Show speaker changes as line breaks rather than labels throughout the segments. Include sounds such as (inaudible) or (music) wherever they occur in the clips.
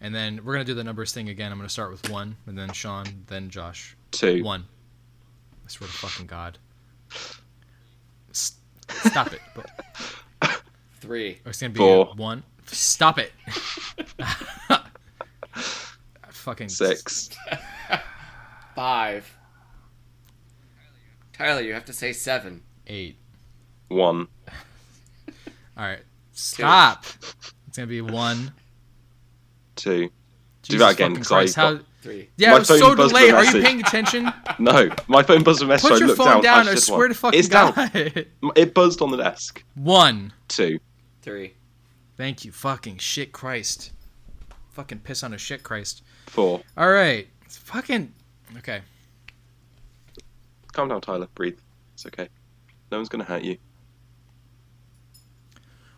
And then we're gonna do the numbers thing again. I'm gonna start with one, and then Sean, then Josh.
Two.
One. I swear to fucking God. S- Stop it. But
Three.
it's gonna be
Four.
a one. Stop
(laughs)
it. fucking
Six.
Five. Tyler, you have to say seven.
Eight.
One.
All right. Stop. It's gonna be one.
Two. Do
Jesus
that again,
fucking
'cause I
Christ,
got-
how-
Three.
Yeah,
My
I was so
phone buzzed with
delayed.
a
Are you
message.
paying
(laughs)
attention?
No, my phone buzzed with a message.
Put
so I
your
looked
phone
down.
down. I,
just
swear
one.
to fucking
it's down.
God. (laughs)
It buzzed on the desk.
One.
Two.
Three.
Thank you, fucking shit, Christ. Fucking piss on a shit, Christ.
Four.
All right. It's fucking. Okay.
Calm down, Tyler. Breathe. It's okay. No one's gonna hurt you.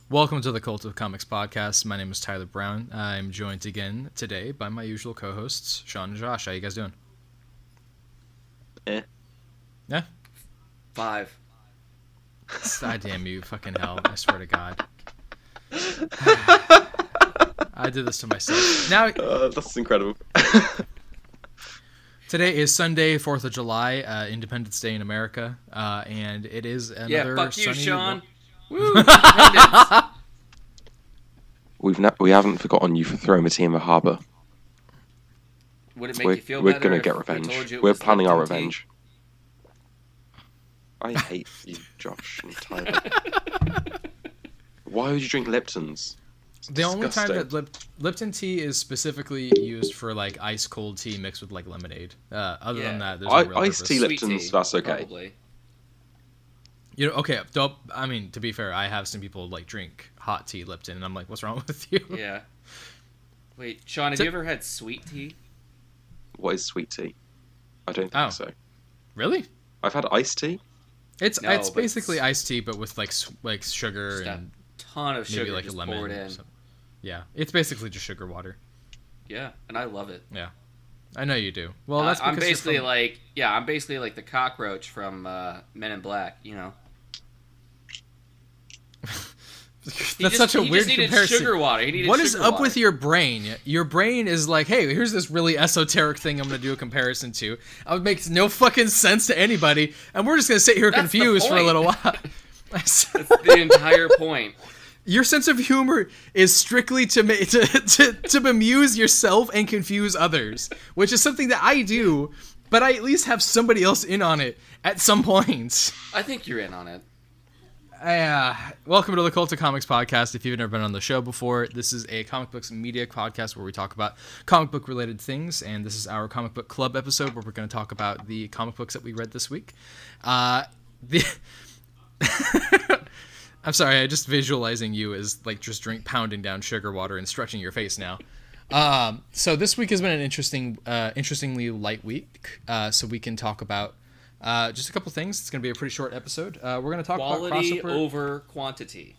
Welcome to the Cult of Comics podcast. My name is Tyler Brown. I'm joined again today by my usual co-hosts, Sean and Josh. How you guys
(laughs)
doing?
Five.
God damn you, fucking hell! I swear to
(laughs)
God. I did this to myself. Now
Uh, that's incredible. (laughs)
Today is Sunday, Fourth of July, uh, Independence Day in America, uh, and it is another.
yeah, fuck you,
sunny
Sean.
wa-
Woo! independence.
We've na- we haven't forgotten you for throwing a team a harbour.
Would it make
We're,
you feel
we're
better
gonna
if
get
we
revenge.
told you it
We're
was
planning our
Lipton tea?
revenge. I hate you, Josh and
(laughs)
Tyler. Why would you drink Lipton's? It's
The only time
disgusting.
that Lip- Lipton tea is specifically used for like ice cold tea mixed with like lemonade. Uh, other than
Yeah.
that, there's
I-
no real
iced
purpose.
tea
Sweet
Lipton's,
tea,
that's okay.
Probably.
You know, okay. Dope. I mean, to be fair, I have seen people like drink hot tea Lipton, and I'm like, what's wrong (laughs) with you?
Yeah. Wait, Sean, have
So-
you ever had sweet tea?
What is sweet tea? I don't think
Oh.
so.
Really?
I've had iced tea.
It's
No,
it's
but
basically
it's-
iced tea, but with like s- like sugar
Just a
and
ton of sugar
maybe like a
just
lemon.
poured
or
in.
something. Yeah, it's basically just sugar water.
Yeah, and I love it.
I know you do. Well, that's
I- I'm
because you're
basically
from-
like, yeah, I'm basically like the cockroach from uh, Men in Black. You know, He
that's
just-
such a
he
weird
just needed
comparison.
Sugar water. He needed
What is
sugar
up
water.
with your brain? Your brain is like, hey, here's this really esoteric thing I'm going to do a comparison to. It makes no fucking sense to anybody, and we're just going to sit here
That's the
confused for a
point.
little while.
the entire point?
(laughs) your sense of humor is strictly to, ma- to to to bemuse yourself and confuse others, which is something that I do, but I at least have somebody else in on it at some point.
I think you're in on it.
Uh, welcome to the Cult of Comics podcast. If you've never been on the show before, this is a comic books media podcast where we talk about comic book related things, and this is our comic book club episode where we're going to talk about the comic books that we read this week. Uh, the (laughs) I'm sorry, I just visualizing you as like just drink pounding down sugar water and stretching your face now. Um, so this week has been an interesting, uh, interestingly light week. Uh, so we can talk about uh, just a couple things. It's going to be a pretty short episode. Uh, we're going to talk
Quality
about crossover.
over quantity.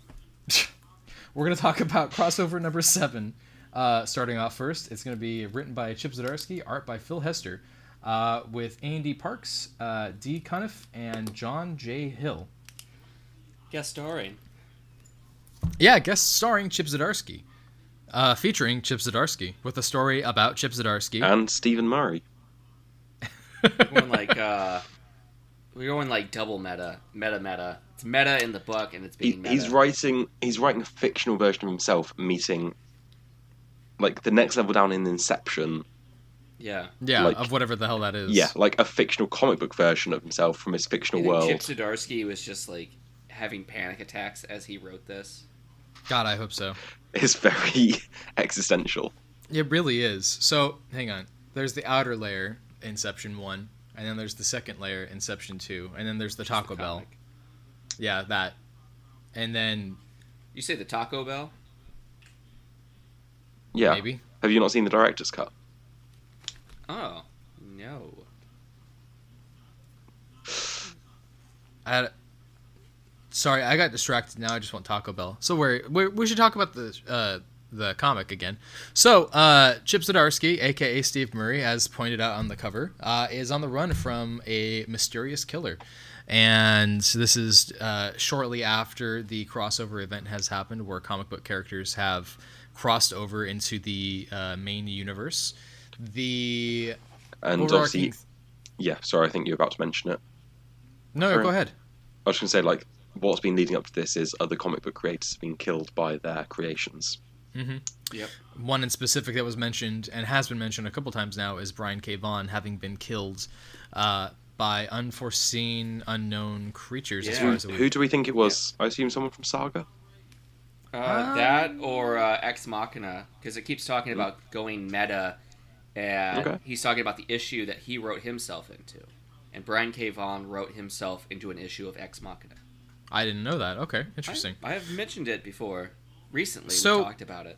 We're going to talk about crossover number seven. Uh, starting off first, it's going to be written by Chip Zdarsky, art by Phil Hester, uh, with Andy Parks, uh, D. Cuniff, and John J. Hill.
Guest starring.
Yeah, guest starring Chip Zdarsky, uh, featuring Chip Zdarsky, with a story about Chip Zdarsky.
And Stephen Murray.
We're going like uh, we're going like double meta, meta, meta. It's meta in the book, and it's
He,
being meta.
he's writing. He's writing a fictional version of himself meeting, like the next level down in Inception.
Yeah.
yeah,
like-
of whatever the hell that is.
Yeah, like a fictional comic book version of himself from his fictional
You think
world.
Chip Zdarsky was just like having panic attacks as he wrote this.
God, I hope so.
(laughs) It's very (laughs) existential.
It really is. So, hang on. There's the outer layer, Inception 1, and then there's the second layer, Inception 2, and then there's the Taco
The
Bell.
comic.
Yeah, that. And then
You say the Taco Bell?
Yeah.
maybe.
Have you not seen the director's cut?
Oh no.
I, sorry, I got distracted. Now I just want Taco Bell. So where we, we should talk about the uh, the comic again. So uh, Chip Zdarsky, aka Steve Murray, as pointed out on the cover, uh, is on the run from a mysterious killer, And so this is uh, shortly after the crossover event has happened, where comic book characters have crossed over into the uh, main universe. The
And
overarching-
obviously, yeah, sorry, I think you're about to mention it.
no, no, go ahead.
I was going to say, like, what's been leading up to this is other comic book creators have been killed by their creations.
Yep.
one in specific that was mentioned and has been mentioned a couple times now is Brian K. Vaughan having been killed uh, by unforeseen, unknown creatures. As
Yeah.
far as it
Who do we think it was? I assume someone from Saga?
Uh, that or uh, Ex Machina, because it keeps talking about going meta, and
Okay.
he's talking about the issue that he wrote himself into, and Brian K. Vaughan wrote himself into an issue of Ex Machina.
I didn't know that. Okay, interesting.
I, I have mentioned it before. Recently,
So-
we talked about it.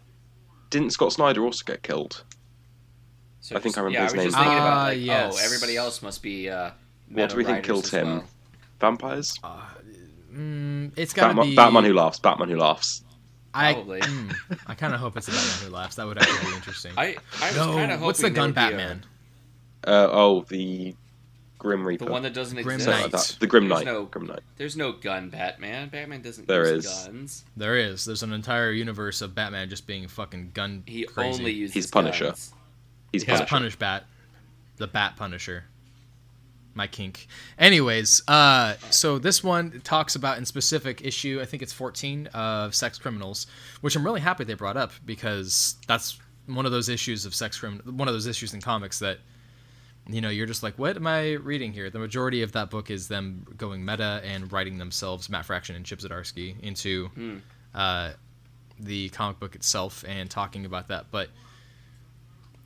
Didn't Scott Snyder also get killed?
So
I think I remember
yeah,
his
I was just
name.
thinking
Ah,
about like,
yes.
oh, everybody else must be. Uh,
What do we think killed him? Vampires?
Mm, it's got to
Batman,
be
Batman who laughs. Batman who laughs.
I,
Probably.
mm, I kind of hope it's a Batman who laughs. That would actually be interesting.
I, I was
no,
kind of hoping
what's the
there
gun
would be a-
Batman?
Uh, oh, the Grim Reaper.
the one that doesn't
Grim
exist.
Something like
Knight.
that. The Grim
There's
Knight.
no-
Grim Knight.
There's no gun Batman. Batman doesn't
There
use
is.
guns.
There is. There's an entire universe of Batman just being fucking gun
He
crazy.
only uses
Punisher.
guns.
He's
He's
Punisher.
Punish Bat, the Bat Punisher. My kink. Anyways, uh, so this one talks about in specific issue, I think it's 14 of sex criminals, which I'm really happy they brought up because that's one of those issues of sex crim, one of those issues in comics that, you know, you're just like, what am I reading here? The majority of that book is them going meta and writing themselves, Matt Fraction and Chip Zdarsky, into
Hmm.
uh, the comic book itself and talking about that. But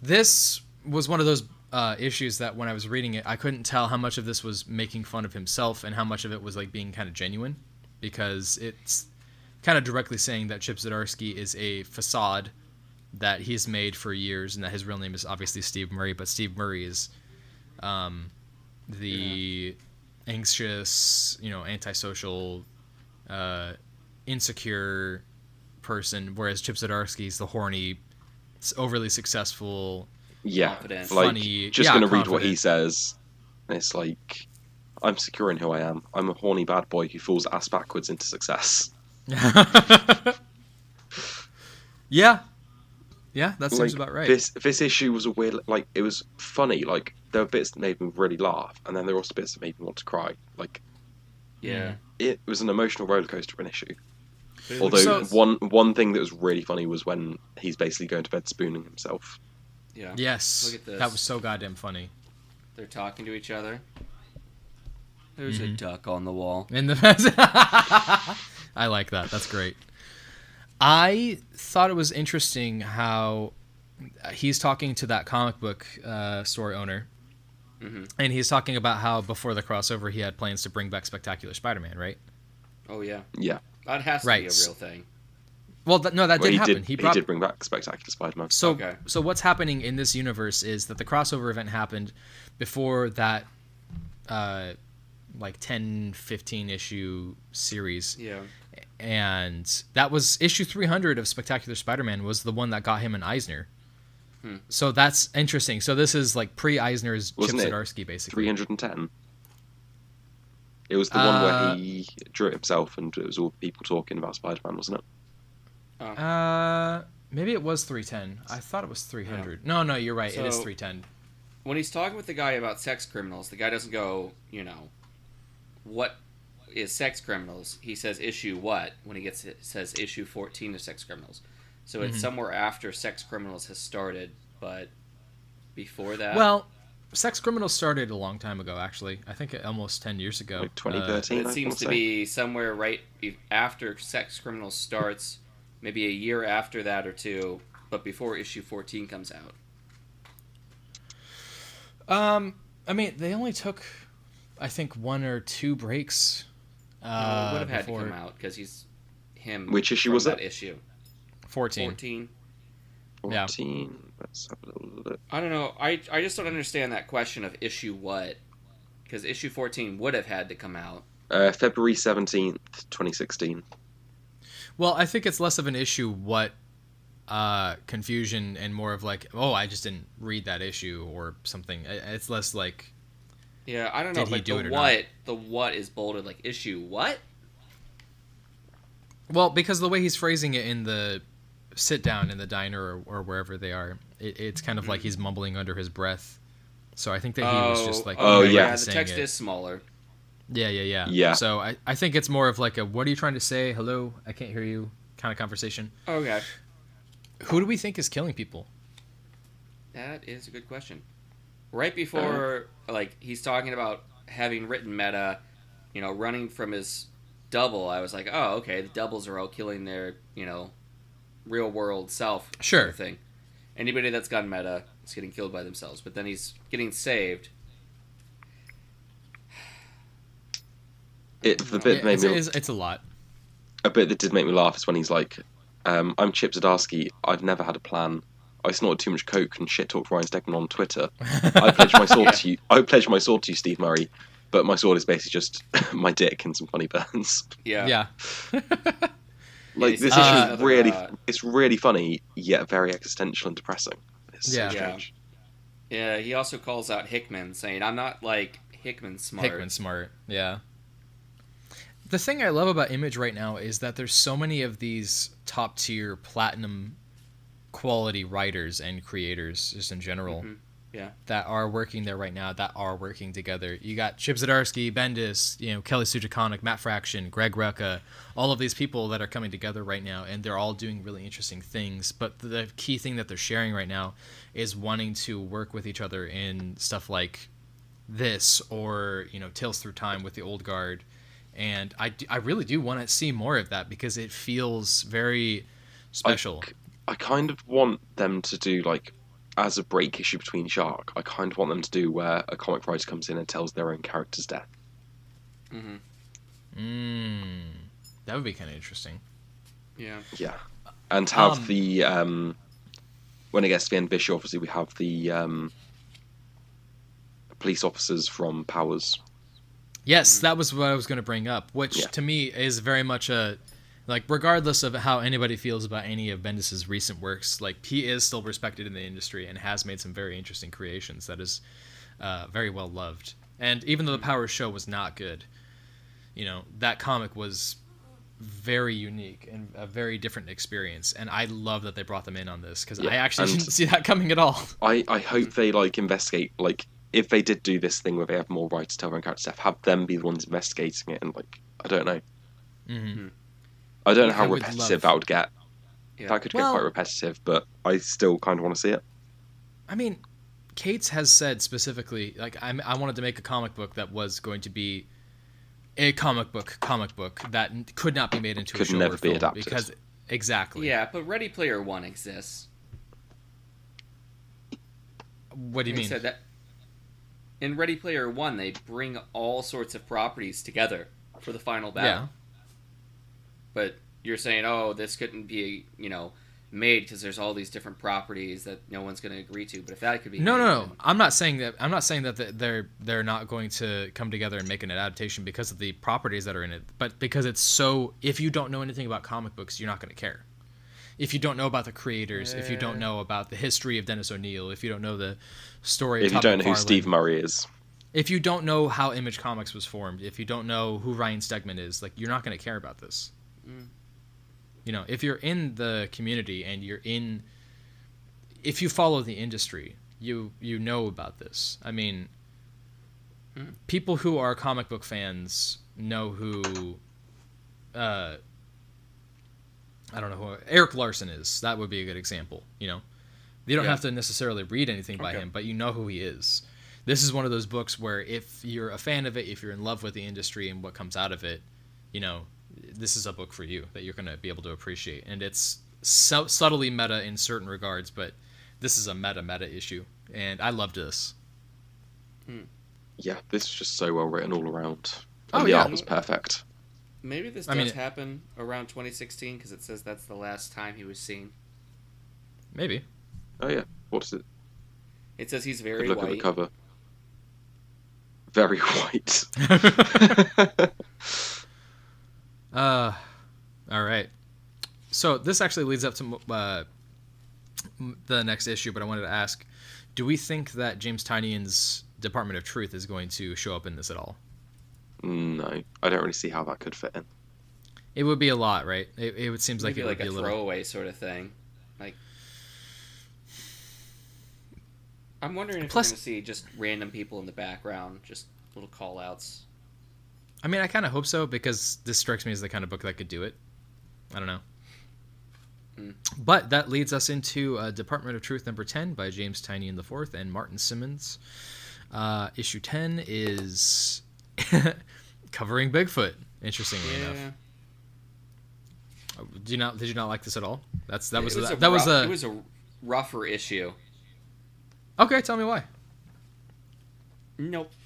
this was one of those uh, issues that when I was reading it, I couldn't tell how much of this was making fun of himself and how much of it was like being kind of genuine, because it's kind of directly saying that Chip Zdarsky is a facade that he's made for years, and that his real name is obviously Steve Murray, but Steve Murray is um, the anxious, you know, antisocial, uh, insecure person, whereas Chip Zdarsky is the horny, s- overly successful
Yeah.
Confident.
Like,
Funny.
just
Yeah,
going to read what
confident.
he says. And It's like, I'm secure in who I am. I'm a horny bad boy who falls ass backwards into success.
(laughs) yeah. Yeah, that seems
Like,
about right.
This this issue was a weird, like it was funny. Like there were bits that made me really laugh, and then there were also bits that made me want to cry. Like
Hmm.
Yeah.
it was an emotional roller coaster of an issue.
But it
Although
looks-
So-
one one thing that was really funny was when he's basically going to bed spooning himself.
yeah.
Yes.
Look at this.
That was so goddamn funny.
They're talking to each other. There's a duck on the wall.
In the (laughs) I like that. That's great. I thought it was interesting how uh, he's talking to that comic book uh, store owner,
Mm-hmm.
and he's talking about how before the crossover he had plans to bring back Spectacular Spider-Man, right?
Oh yeah,
Yeah,
that has to
Right.
be a real thing.
Well, th- no, that
Well,
didn't
he
happen.
did. He,
brought
did bring back Spectacular Spider-Man.
So,
Okay.
so what's happening in this universe is that the crossover event happened before that, uh, like 10, 15 issue series,
Yeah,
and that was issue three hundred of Spectacular Spider-Man was the one that got him an Eisner.
Hmm.
So that's interesting. So this is like pre-Eisner's Chip
Wasn't it
Zdarsky,
Three
basically.
hundred and ten. It was the one
Uh,
where he drew it himself, and it was all people talking about Spider-Man, wasn't it?
Uh, maybe it was three ten. I thought it was three hundred. No, no, you're right. it is
So-
three ten.
when he's talking with the guy about sex criminals, the guy doesn't go, you know, what is sex criminals? He says issue what when he gets says issue fourteen of sex criminals. So it's somewhere after sex criminals has started, but before that,
Well, Sex Criminals started a long time ago, actually. I think almost ten years ago.
Like
Uh,
2013.
it
I
seems
wanna
to
say.
be somewhere right be- after sex criminals starts, maybe a year after that or two, but before issue fourteen comes out.
Um, I mean, they only took, I think, one or two breaks. Uh,
Uh, would have had
before
to come out because he's him.
Which issue
from
was
that?
it?
Issue
14.
fourteen.
Yeah.
14. Let's have a little look.
I don't know. I I just don't understand that question of issue what, because issue fourteen would have had to come out.
Uh, February 17th, 2016.
Well, I think it's less of an issue what uh, confusion and more of like, oh, I just didn't read that issue or something. I- It's less like
Yeah, I don't know.
Did he
like
do
the
it or not?
what? The what is bolded like issue what?
Well, because the way he's phrasing it in the sit down in the diner or, or wherever they are, it, it's kind of like
Mm-hmm.
he's mumbling under his breath. So I think that he was just like,
oh,
indirectly
yeah.
The
saying
text
it.
is smaller.
Yeah, yeah, yeah.
Yeah.
So I, I think it's more of like a what are you trying to say? Hello, I can't hear you kind of conversation.
Okay,
Who do we think is killing people?
that is a good question. Right before, like he's talking about having written meta, you know, running from his double. I was like, oh, okay, the doubles are all killing their, you know, real world self. sort
Sure.
of Thing. Anybody that's gone meta is getting killed by themselves. But then he's getting saved.
It, the bit
Yeah,
that made
it's,
me
it's, it's a lot.
a bit that did make me laugh is when he's like, um, "I'm Chip Zdarsky. I've never had a plan. I snorted too much coke and shit talked Ryan Stegman on Twitter. I pledge my sword to you. I pledge my sword to you, Steve Murray. But my sword is basically just (laughs) my dick and some funny burns.
Yeah.
Yeah.
like
it's
this
just
issue is
another,
really,
uh,
it's really funny yet very existential and depressing. It's
Yeah.
so
Yeah.
strange.
Yeah, he also calls out Hickman, saying, "I'm not like Hickman smart."
Hickman smart. Yeah. The thing I love about Image right now is that there's so many of these top tier platinum quality writers and creators just in general
Mhm. Yeah.
that are working there right now that are working together. You got Chip Zdarsky, Bendis, you know, Kelly Sue DeConnick, Matt Fraction, Greg Rucka, all of these people that are coming together right now and they're all doing really interesting things, but the key thing that they're sharing right now is wanting to work with each other in stuff like this or, you know, Tales Through Time with the Old Guard. And I, d- I really do want to see more of that because it feels very special.
I kind of want them to do like as a break issue between Shark. I kind of want them to do where a comic writer comes in and tells their own character's death.
hmm
Mm, that would be kind of interesting.
Yeah.
Yeah, and have
Um,
the um, when it gets to the end of the issue, obviously we have the um, police officers from Powers.
Yes, that was what I was going to bring up, which
Mm-hmm. Yeah.
to me is very much a like regardless of how anybody feels about any of Bendis's recent works, like he is still respected in the industry and has made some very interesting creations that is uh, very well loved. And even though
Mm-hmm.
the Power Show was not good, you know that comic was very unique and a very different experience. And I love that they brought them in on this because
Yeah,
I actually
and-
didn't (laughs) see that coming at all.
I I hope
Mm-hmm.
they like investigate like if they did do this thing where they have more writers tell their own character's death, have them be the ones investigating it and like I don't know.
Mhm.
I don't know
Yeah, I
how
would
repetitive
love-
that would get.
Yeah.
That could
Well-
get quite repetitive, but I still kind of want to see it.
I mean, Cates has said specifically, like, I, I wanted to make a comic book that was going to be a comic book comic book that n- could not be made into a
Could
show
never
or
be
film
adapted.
because exactly.
Yeah, but Ready Player One exists.
What do you
They
mean?
said that in Ready Player One they bring all sorts of properties together for the final battle.
yeah.
But you're saying, oh, this couldn't be, you know, made because there's all these different properties that no one's going to agree to. But if that could be
No,
made,
no, no.
then-
I'm not saying that. I'm not saying that th- they're they're not going to come together and make an adaptation because of the properties that are in it, but because it's so. If you don't know anything about comic books, you're not going to care. If you don't know about the creators, if you don't
Yeah.
know about the history of Dennis O'Neill, if you don't know the story, of
if you
Todd
don't know who
McFarlane,
Steve Murray is,
if you don't know how Image Comics was formed, if you don't know who Ryan Stegman is, like you're not going to care about this.
Mm.
You know, if you're in the community and you're in, if you follow the industry, you you know about this. I mean,
Mm.
people who are comic book fans know who. Uh, I don't know who Eric Larson is. That would be a good example. You know, you don't
Yeah.
have to necessarily read anything by
Okay.
him, but you know who he is this is one of those books where if you're a fan of it, if you're in love with the industry and what comes out of it, you know, this is a book for you that you're going to be able to appreciate. And it's so subtly meta in certain regards, but this is a meta meta issue, and I loved this.
yeah, this is just so well written all around.
Oh,
And the
yeah.
art was perfect.
Maybe this
I
does
mean, it-
happen around 2016 because it says that's the last time he was seen. (laughs)
Maybe.
Oh yeah, what's it?
It says he's
Good
very
look at the
white.
cover. Very (laughs)
(laughs)
white.
Uh, all right. So this actually leads up to uh, m- the next issue, but I wanted to ask: Do we think that James Tynian's Department of Truth is going to show up in this at all.
No, I don't really see how that could fit in.
It would be a lot, right? It, it would seems like
Maybe
it would
like
be a
a
little.
throwaway sort of thing. Like, I'm wondering if
Plus-
we're going to see just random people in the background, just little call outs.
I mean, I kind of hope so because this strikes me as the kind of book that could do it. I don't know.
Mm.
But that leads us into uh, Department of Truth number 10 by James Tiny in the Fourth and Martin Simmons. Uh, issue 10 is (laughs) covering Bigfoot, interestingly enough. Uh, Do you not, did you not like this at all? That's That was,
It
a, that,
a
was
rough-
a.
it was a rougher issue.
Okay, tell me why.
Nope.
(laughs)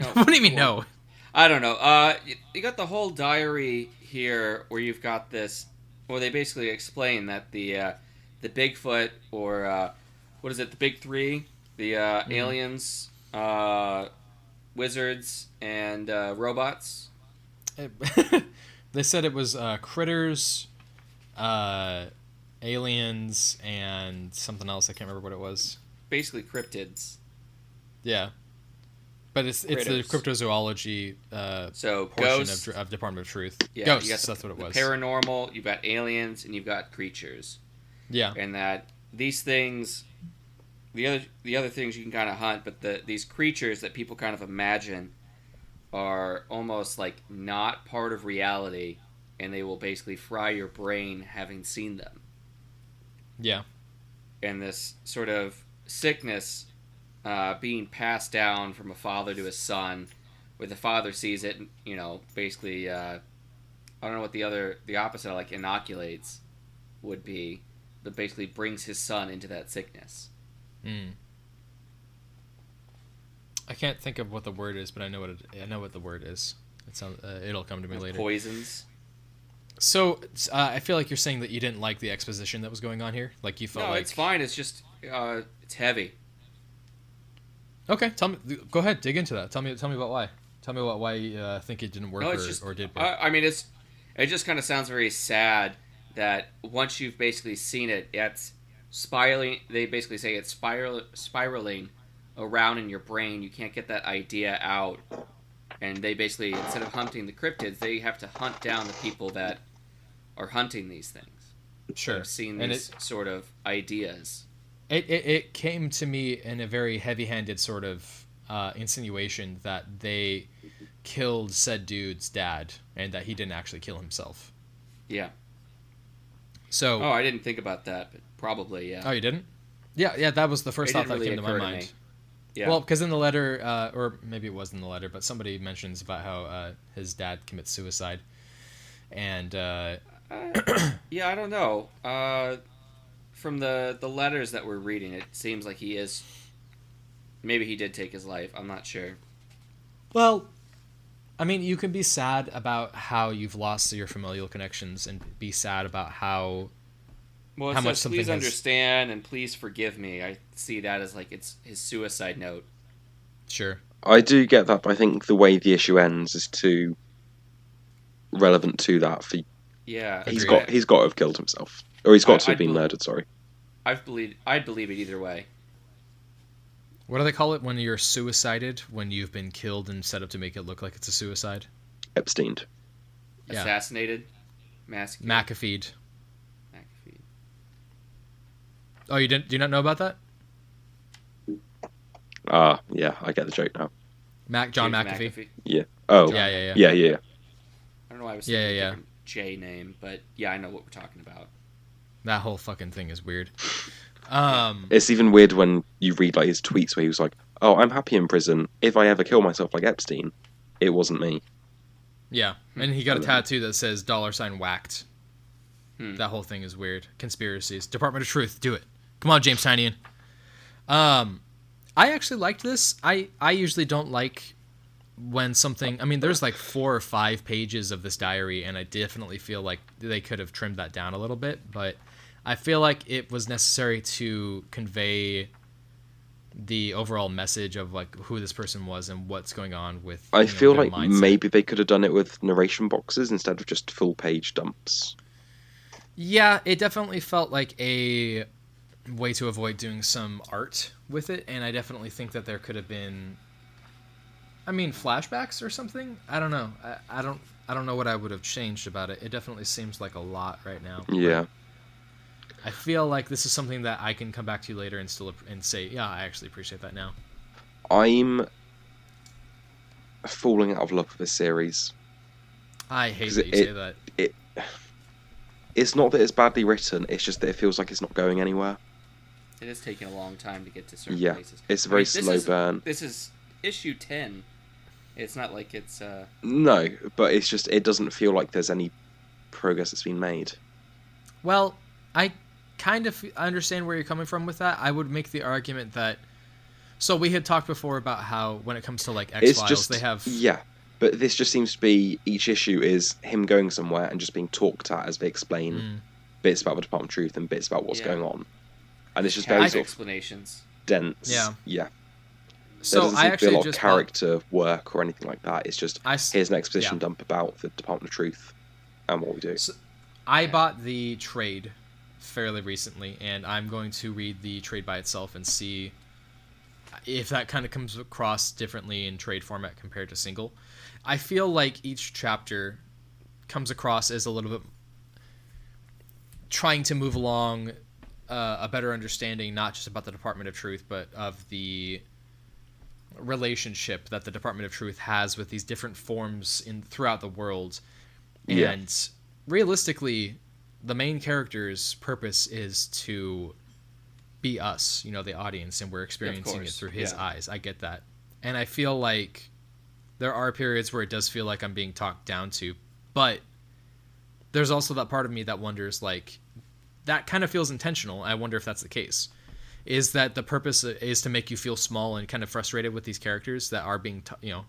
No.
what do you mean,
Well,
no?
I don't know. Uh, you, you got the whole diary here, where you've got this, where they basically explain that the uh, the Bigfoot or uh, what is it, the Big Three, the uh,
Mm-hmm.
aliens, uh, wizards, and uh, robots.
It- (laughs) they said it was uh, critters, uh, aliens, and something else. I can't remember what it was.
Basically, cryptids.
Yeah, but it's it's the
Critters.
cryptozoology uh,
So
portion of,
ghosts.
Dr- of Department of Truth.
yeah,
Ghosts.
you got the-
that's what it
the
was.
Paranormal. You've got aliens, and you've got creatures.
yeah,
and that these things the other the other things you can kind of hunt but the these creatures that people kind of imagine are almost like not part of reality and they will basically fry your brain having seen them
yeah,
and this sort of sickness uh, being passed down from a father to his son, where the father sees it, and, you know, basically, uh, I don't know what the other, the opposite, of, like inoculates, would be, but basically brings his son into that sickness.
Mm. I can't think of what the word is, but I know what it, I know what the word is. It sounds. Uh, it'll come to me
Like
later.
Poisons.
So uh, I feel like you're saying that you didn't like the exposition that was going on here. Like you felt
no,
like
it's fine. It's just, uh, it's heavy.
Okay, tell me. Go ahead, dig into that. Tell me. Tell me about why. Tell me about why you uh, think it didn't work
No,
or,
it's just-
or did work.
I, I mean, it's, it just kind of sounds very sad that once you've basically seen it, it's spiraling. They basically say it's spiral, spiraling around in your brain. You can't get that idea out, and they basically instead of hunting the cryptids, they have to hunt down the people that are hunting these things.
sure.
I've seen
And
these sort of ideas.
It, it it came to me in a very heavy-handed sort of uh, insinuation that they killed said dude's dad and that he didn't actually kill himself.
Yeah.
So.
Oh, I didn't think about that, but probably yeah.
Oh, you didn't? Yeah, yeah. That was the first
It
thought that came
didn't really
to my
occur to
mind.
me. Yeah.
Well, because in the letter, uh, or maybe it was in the letter, but somebody mentions about how uh, his dad commits suicide, and uh,
Yeah, I don't know. Uh, from the the letters that we're reading, it seems like he is. Maybe he did take his life. I'm not sure.
Well, I mean, you can be sad about how you've lost your familial connections and be sad about how.
Well, it
How
says,
much something
please
has-
understand and please forgive me. I see that as like it's his suicide note.
Sure.
I do get that, but I think the way the issue ends is too relevant to that. For
Yeah,
he's
Agreed.
got he's got to have killed himself, or he's got
I-
to have
I'd
been
bel-
murdered. Sorry.
I've believed. I'd believe it either way.
What do they call it when you're suicided? When you've been killed and set up to make it look like it's a suicide?
Epstein.
Yeah.
Assassinated, mask.
McAfeed.
McAfee.
Oh, you didn't? Do you not know about that?
Ah, yeah, I get the joke now.
Mac John
James
McAfee.
Oh,
Yeah, yeah, yeah.
yeah, yeah.
I don't know. Why I was
Yeah,
thinking
yeah,
a
yeah.
different J name, but yeah, I know what we're talking about.
That whole fucking thing is weird. Um.
It's even weird when you read like his tweets where he was like, "Oh, I'm happy in prison. If I ever kill myself like Epstein, it wasn't me."
Yeah, and he got a
Hmm.
tattoo that says dollar sign whacked.
Hmm.
That whole thing is weird. Conspiracies. Department of Truth, do it. Come on, James Tynion. Um, I actually liked this. I I usually don't like when something. I mean, there's like four or five pages of this diary, and I definitely feel like they could have trimmed that down a little bit. But I feel like it was necessary to convey the overall message of like who this person was and what's going on with.
I
you know,
feel
their
like
mindset.
maybe they could have done it with narration boxes instead of just full page dumps.
Yeah, it definitely felt like a way to avoid doing some art with it and i definitely think that there could have been i mean flashbacks or something i don't know i, I don't i don't know what i would have changed about it it definitely seems like a lot right now
Yeah.
i feel like this is something that i can come back to later and still app- and say yeah i actually appreciate that now
I'm falling out of love with this series.
i hate
'Cause
that you
it-
say that
It's not that it's badly written, it's just that it feels like it's not going anywhere.
It is taking a long time to get to certain
Yeah.
places.
It's a
I
very
mean, this
slow
is-
burn.
This is issue ten. It's not like it's uh
No, but it's just it doesn't feel like there's any progress that's been made.
Well, I kind of understand where you're coming from with that. I would make the argument that. So we had talked before about how when it comes to like X
it's
Files,
just
they have
yeah, but this just seems to be each issue is him going somewhere and just being talked at as they explain
Mm.
bits about the Department of Truth and bits about what's
Yeah.
going on, and it's just
half
very
I-
sort of
explanations.
dense.
Yeah.
yeah. There
So
doesn't
I
seem to be a
actually
lot of
just
character work or anything like that. It's just
I s-
here's an exposition dump about the Department of Truth and what we do.
S- I bought the trade fairly recently, and I'm going to read the trade by itself and see if that kind of comes across differently in trade format compared to single. I feel like each chapter comes across as a little bit trying to move along uh, a better understanding, not just about the Department of Truth, but of the relationship that the Department of Truth has with these different forms in throughout the world. And
Yeah.
realistically, the main character's purpose is to be us, you know, the audience, and we're experiencing it
course.
through his
Yeah.
eyes. I get that. And I feel like there are periods where it does feel like I'm being talked down to, but there's also that part of me that wonders like that kind of feels intentional. I wonder if that's the case. Is that the purpose is to make you feel small and kind of frustrated with these characters that are being, t- you know,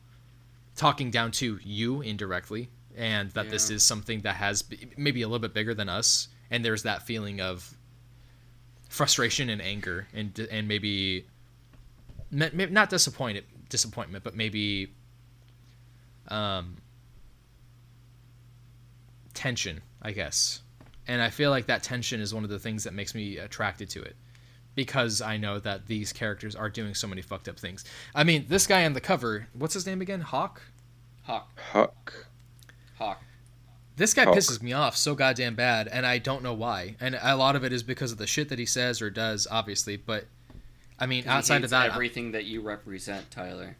talking down to you indirectly, and that this
Yeah.
is something that has b- maybe a little bit bigger than us, and there's that feeling of frustration and anger and d- and maybe ma- ma- not disappointed disappointment, but maybe um, tension, I guess. And I feel like that tension is one of the things that makes me attracted to it because I know that these characters are doing so many fucked up things. I mean, this guy on the cover, what's his name again? Hawk?
Hawk,
Huck.
hawk.
This guy
Hawk.
pisses me off so goddamn bad, and I don't know why. And a lot of it is because of the shit that he says or does, obviously, but I mean,
'Cause he
outside
hates
of that, uh,
everything that you represent, Tyler.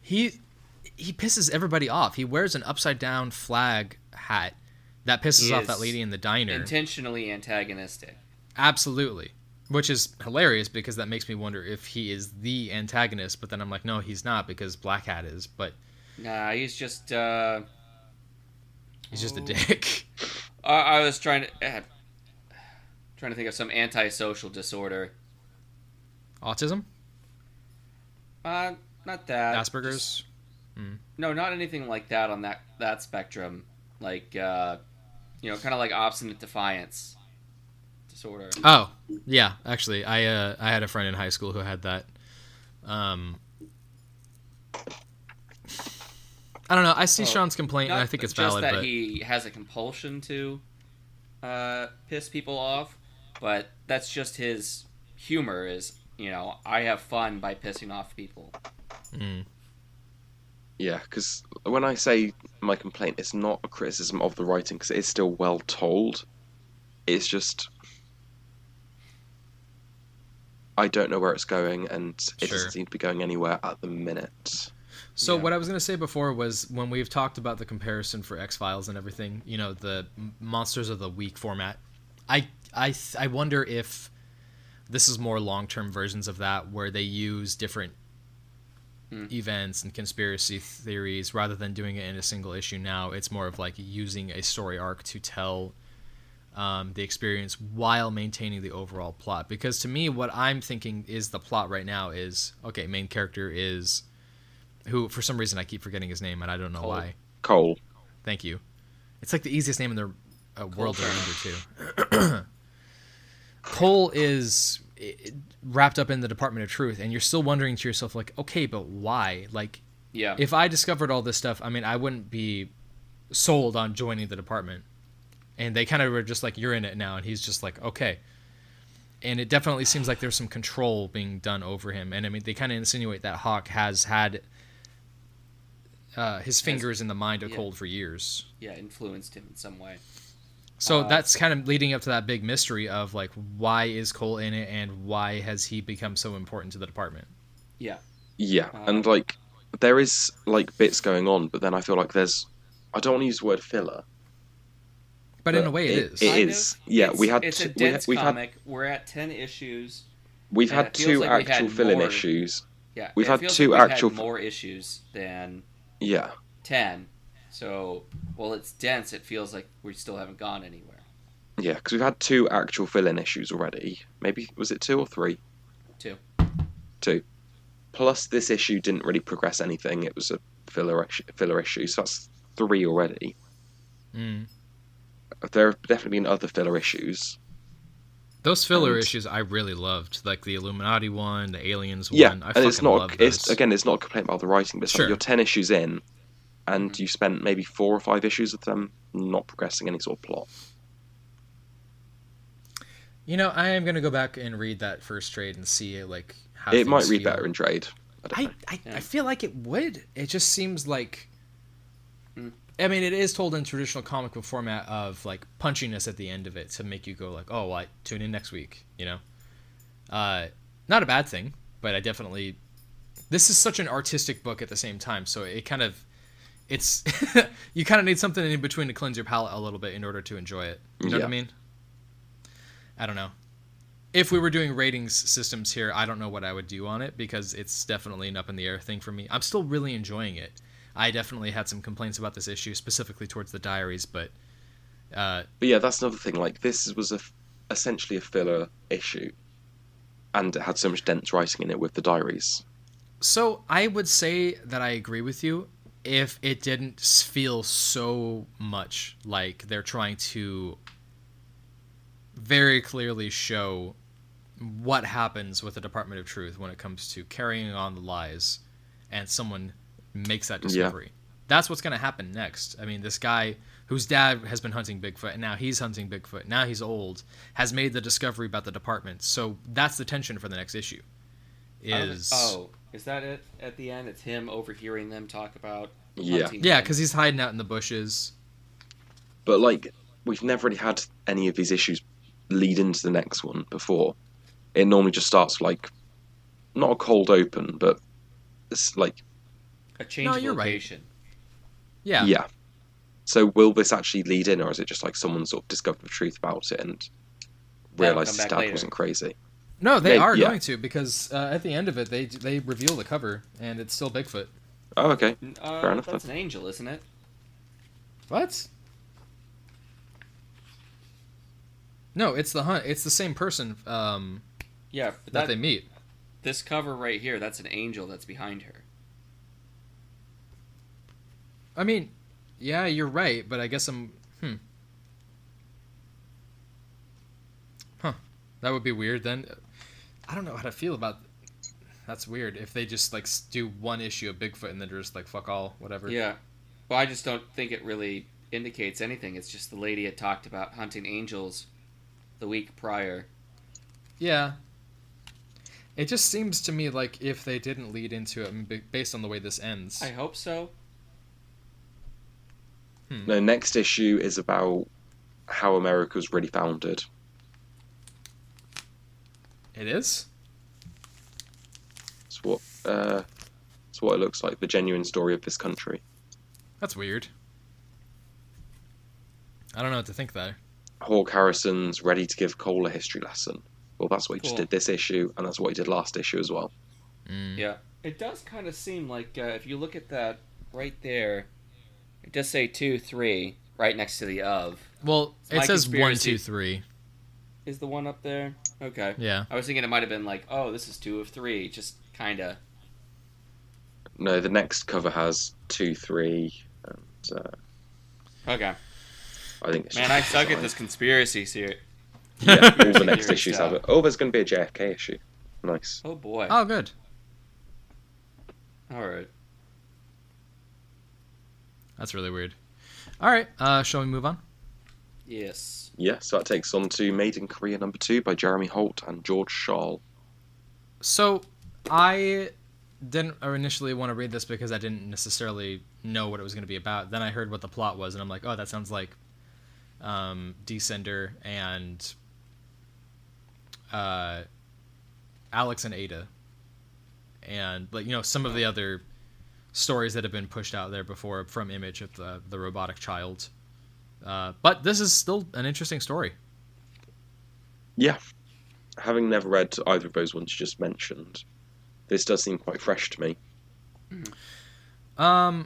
he he pisses everybody off. He wears an upside down flag hat that pisses
He
off
is
that lady in the diner.
Intentionally antagonistic.
Absolutely. Which is hilarious because that makes me wonder if he is the antagonist, but then I'm like, no, he's not because Black Hat is, but
Nah, he's just. uh
he's just a
Oh.
dick. (laughs)
I, I was trying to eh, trying to think of some antisocial disorder.
Autism?
Uh, not that Just-
Asperger's?
no, not anything like that on that that spectrum. Like, uh, you know, kind of like obstinate defiance disorder.
Oh, yeah, actually. I uh, I had a friend in high school who had that. Um I don't know. I see
Well,
Sean's complaint, and
Oh, Not
I think it's
just
valid.
that
But
he has a compulsion to uh, piss people off, but that's just his humor. Is you know, I have fun by pissing off people.
Mm.
Yeah, because when I say my complaint, it's not a criticism of the writing because it's still well told. It's just I don't know where it's going, and it
Sure.
doesn't seem to be going anywhere at the minute.
So
Yeah.
what I was gonna say before was when we've talked about the comparison for X Files and everything, you know, the m- Monsters of the Week format. I I th- I wonder if this is more long term versions of that where they use different
Mm.
events and conspiracy theories rather than doing it in a single issue. Now it's more of like using a story arc to tell um, the experience while maintaining the overall plot. Because to me, what I'm thinking is the plot right now is okay. Main character is who for some reason I keep forgetting his name and I don't know
Cole.
why.
Cole,
Thank you. It's like the easiest name in the uh, world to remember too. (clears throat) Cole is i- i- wrapped up in the Department of Truth, and you're still wondering to yourself, like, okay, but why? Like,
Yeah,
if I discovered all this stuff, I mean, I wouldn't be sold on joining the department. And they kind of were just like, "You're in it now," and he's just like, "Okay." and it definitely seems like there's some control being done over him. And I mean, they kind of insinuate that Hawk has had uh, his fingers in the mind of
yeah.
Cold for years.
yeah, influenced him in some way.
So
Uh,
that's kind of leading up to that big mystery of like why is Cole in it and why has he become so important to the department?
Yeah,
Yeah,
Uh,
and like there is like bits going on, but then I feel like there's I don't want to use the word filler.
But in a way, it is.
It
Kind
is.
of.
Yeah, we
It's-
had
it's
two,
a dense
we, ha- we've had
comic. We're at ten issues.
we've
and
had
it feels
two
like we had
actual filling
more.
issues.
Yeah,
We've
it
had
feels
two
like we've
actual-
had more issues than
Yeah,
ten. So while it's dense, it feels like we still haven't gone anywhere.
yeah, because we've had two actual filling issues already. Maybe was it two or three?
Two.
Two. Plus, this issue didn't really progress anything. It was a filler issue, filler issue, so that's three already.
Mm.
There have definitely been other filler issues.
Those filler
And-
issues I really loved, like the Illuminati one, the Aliens
yeah,
one. I
and
fucking
it's not.
love
It's
those.
again, it's not a complaint about the writing, but it's
Sure.
like you're ten issues in, and
Mhm.
you spent maybe four or five issues of them not progressing any sort of plot.
You know, I am gonna go back and read that first trade and see like how
it might
things
read
feel.
better in trade. I don't
I
know.
I,
Yeah.
I feel like it would. It just seems like.
Mm.
I mean, it is told in traditional comic book format of like punchiness at the end of it to make you go like, "Oh, well, I tune in next week," you know. Uh, not a bad thing, but I definitely. This is such an artistic book at the same time, so it kind of, it's, (laughs) you kind of need something in between to cleanse your palate a little bit in order to enjoy it. You know what
Yeah.
I mean? I don't know if we were doing ratings systems here, I don't know what I would do on it because it's definitely an up in the air thing for me. I'm still really enjoying it. I definitely had some complaints about this issue, specifically towards the diaries, but uh,
But yeah, that's another thing. Like this was a, essentially a filler issue, and it had so much dense writing in it with the diaries.
So I would say that I agree with you if it didn't s- feel so much like they're trying to very clearly show what happens with the Department of Truth when it comes to carrying on the lies and someone makes that discovery. That's what's going to happen next. I mean, this guy whose dad has been hunting Bigfoot and now he's hunting Bigfoot, now he's old, has made the discovery about the department. So that's the tension for the next issue.
I don't-
Is
oh, is that it? At the end, it's him overhearing them talk about.
Yeah.
hunting
Yeah,
men.
because he's hiding out in the bushes.
But like we've never really had any of these issues lead into the next one before. It normally just starts like not a cold open, but it's like
a change
No,
of
you're right.
location.
Yeah.
yeah. So will this actually lead in, or is it just like someone sort of discovered the truth about it and
That'll
realised
come
his
back
dad
later.
wasn't crazy?
No, they
Yeah,
are
yeah.
going to because uh, at the end of it, they they reveal the cover and it's still Bigfoot.
Oh, okay.
N- Uh,
Fair enough,
That's an angel, isn't it?
What? No, it's the hunt. It's the same person um,
Yeah, but
that,
that,
they meet.
this cover right here, that's an angel that's behind her.
I mean, yeah, you're right, but I guess I'm. Hmm. Huh. That would be weird then. I don't know how to feel about. That's weird. If they just like s- do one issue of Bigfoot and then they're just like fuck all, whatever.
Yeah. Well, I just don't think it really indicates anything. It's just the lady had talked about hunting angels the week prior.
Yeah. It just seems to me like if they didn't lead into it, I mean, ba- based on the way this ends.
I hope so.
No, next issue is about how America was really founded.
It is?
It's what uh, it's what it looks like. The genuine story of this country.
That's weird. I don't know what to think there.
Hawk Harrison's ready to give Cole a history lesson. Well, that's what he just
Cool.
did this issue, and that's what he did last issue as well.
Mm.
Yeah. It does kind of seem like uh, if you look at that right there, it does say 2 3 right next to the of.
Well,
It's
it
my
says one,
conspiracy.
two, three.
Is the one up there? Okay.
Yeah.
I was thinking it might have been like, oh, this is 2 of 3. Just kind of.
No, the next cover has two, three, and uh,
Okay.
I think. It's
Man, I
just
suck at
design.
this conspiracy series.
(laughs) Yeah, all
(laughs)
the next
Theory
issues
stuff.
have it. Oh, there's going to be a JFK issue. Nice.
Oh, boy.
Oh, good.
All right.
That's really weird. All right, uh, shall we move on?
Yes.
Yeah, so that takes on to Made in Korea number two by Jeremy Holt and George Shaw.
So I didn't or initially want to read this because I didn't necessarily know what it was going to be about. Then I heard what the plot was, and I'm like, oh, that sounds like um, Descender and uh, Alex and Ada, and like you know some of the other stories that have been pushed out there before from Image of the the robotic child. Uh, but this is still an interesting story.
Yeah, having never read either of those ones you just mentioned, this does seem quite fresh to me.
Um,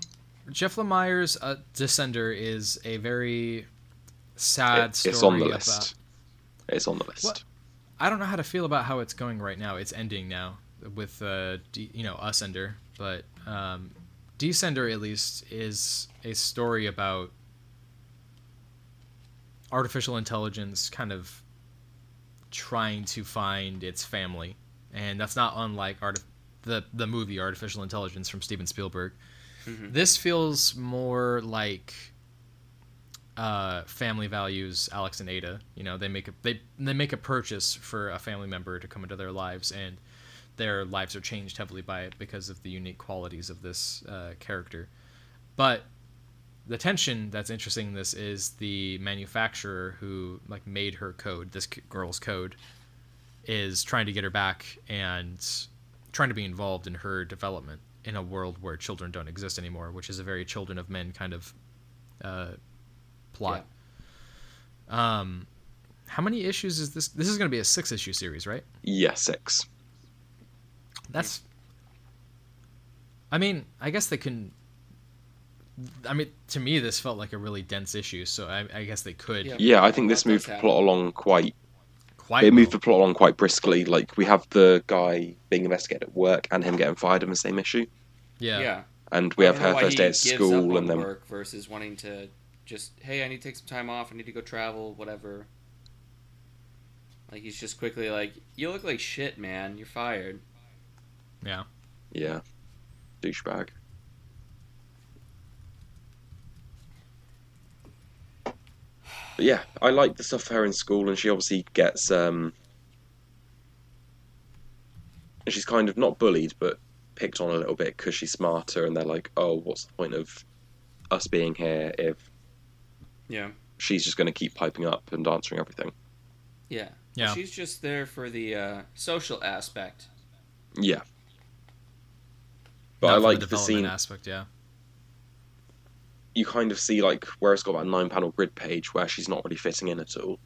Jeff Lemire's uh, Descender is a very sad
It-
story.
it's on the
about-
list. It's on the list.
What? I don't know how to feel about how it's going right now. It's ending now with uh, D, you know Usender, but um, Descender at least is a story about artificial intelligence kind of trying to find its family, and that's not unlike art the the movie Artificial Intelligence from Steven Spielberg.
Mhm.
This feels more like uh, family values Alex and Ada. You know, they make a they they make a purchase for a family member to come into their lives, and their lives are changed heavily by it because of the unique qualities of this uh, character. But the tension that's interesting in this is the manufacturer who like made her code, this c- girl's code, is trying to get her back and trying to be involved in her development in a world where children don't exist anymore, which is a very children of men kind of uh, plot. Um, how many issues is this? This is going to be a six issue series, right?
Yeah, six.
That's. I mean, I guess they can. I mean, to me, this felt like a really dense issue, so I, I guess they could
Yeah.
Yeah, I think this
That
moved
does
the
happen.
plot along quite.
quite.
It moved
well.
the plot along quite briskly. Like we have the guy being investigated at work and him getting fired in the same issue,
yeah.
yeah.
and we
I
have
don't know
her
why
first day
he
at
gives up
school,
on
and then
work versus wanting to just hey, I need to take some time off. I need to go travel, whatever. Like he's just quickly like, you look like shit, man. You're fired.
yeah, douchebag. But yeah, I like the stuff for her in school, and she obviously gets um. and She's kind of not bullied, but picked on a little bit because she's smarter, and they're like, "Oh, what's the point of us being here if
Yeah.
she's just going to keep piping up and answering everything.
Yeah.
Yeah.
She's just there for the uh, social aspect.
Yeah. But
Not
I
from a
like the
development
scene.
aspect. Yeah,
You kind of see like where it's got that nine-panel grid page where she's not really fitting in at all.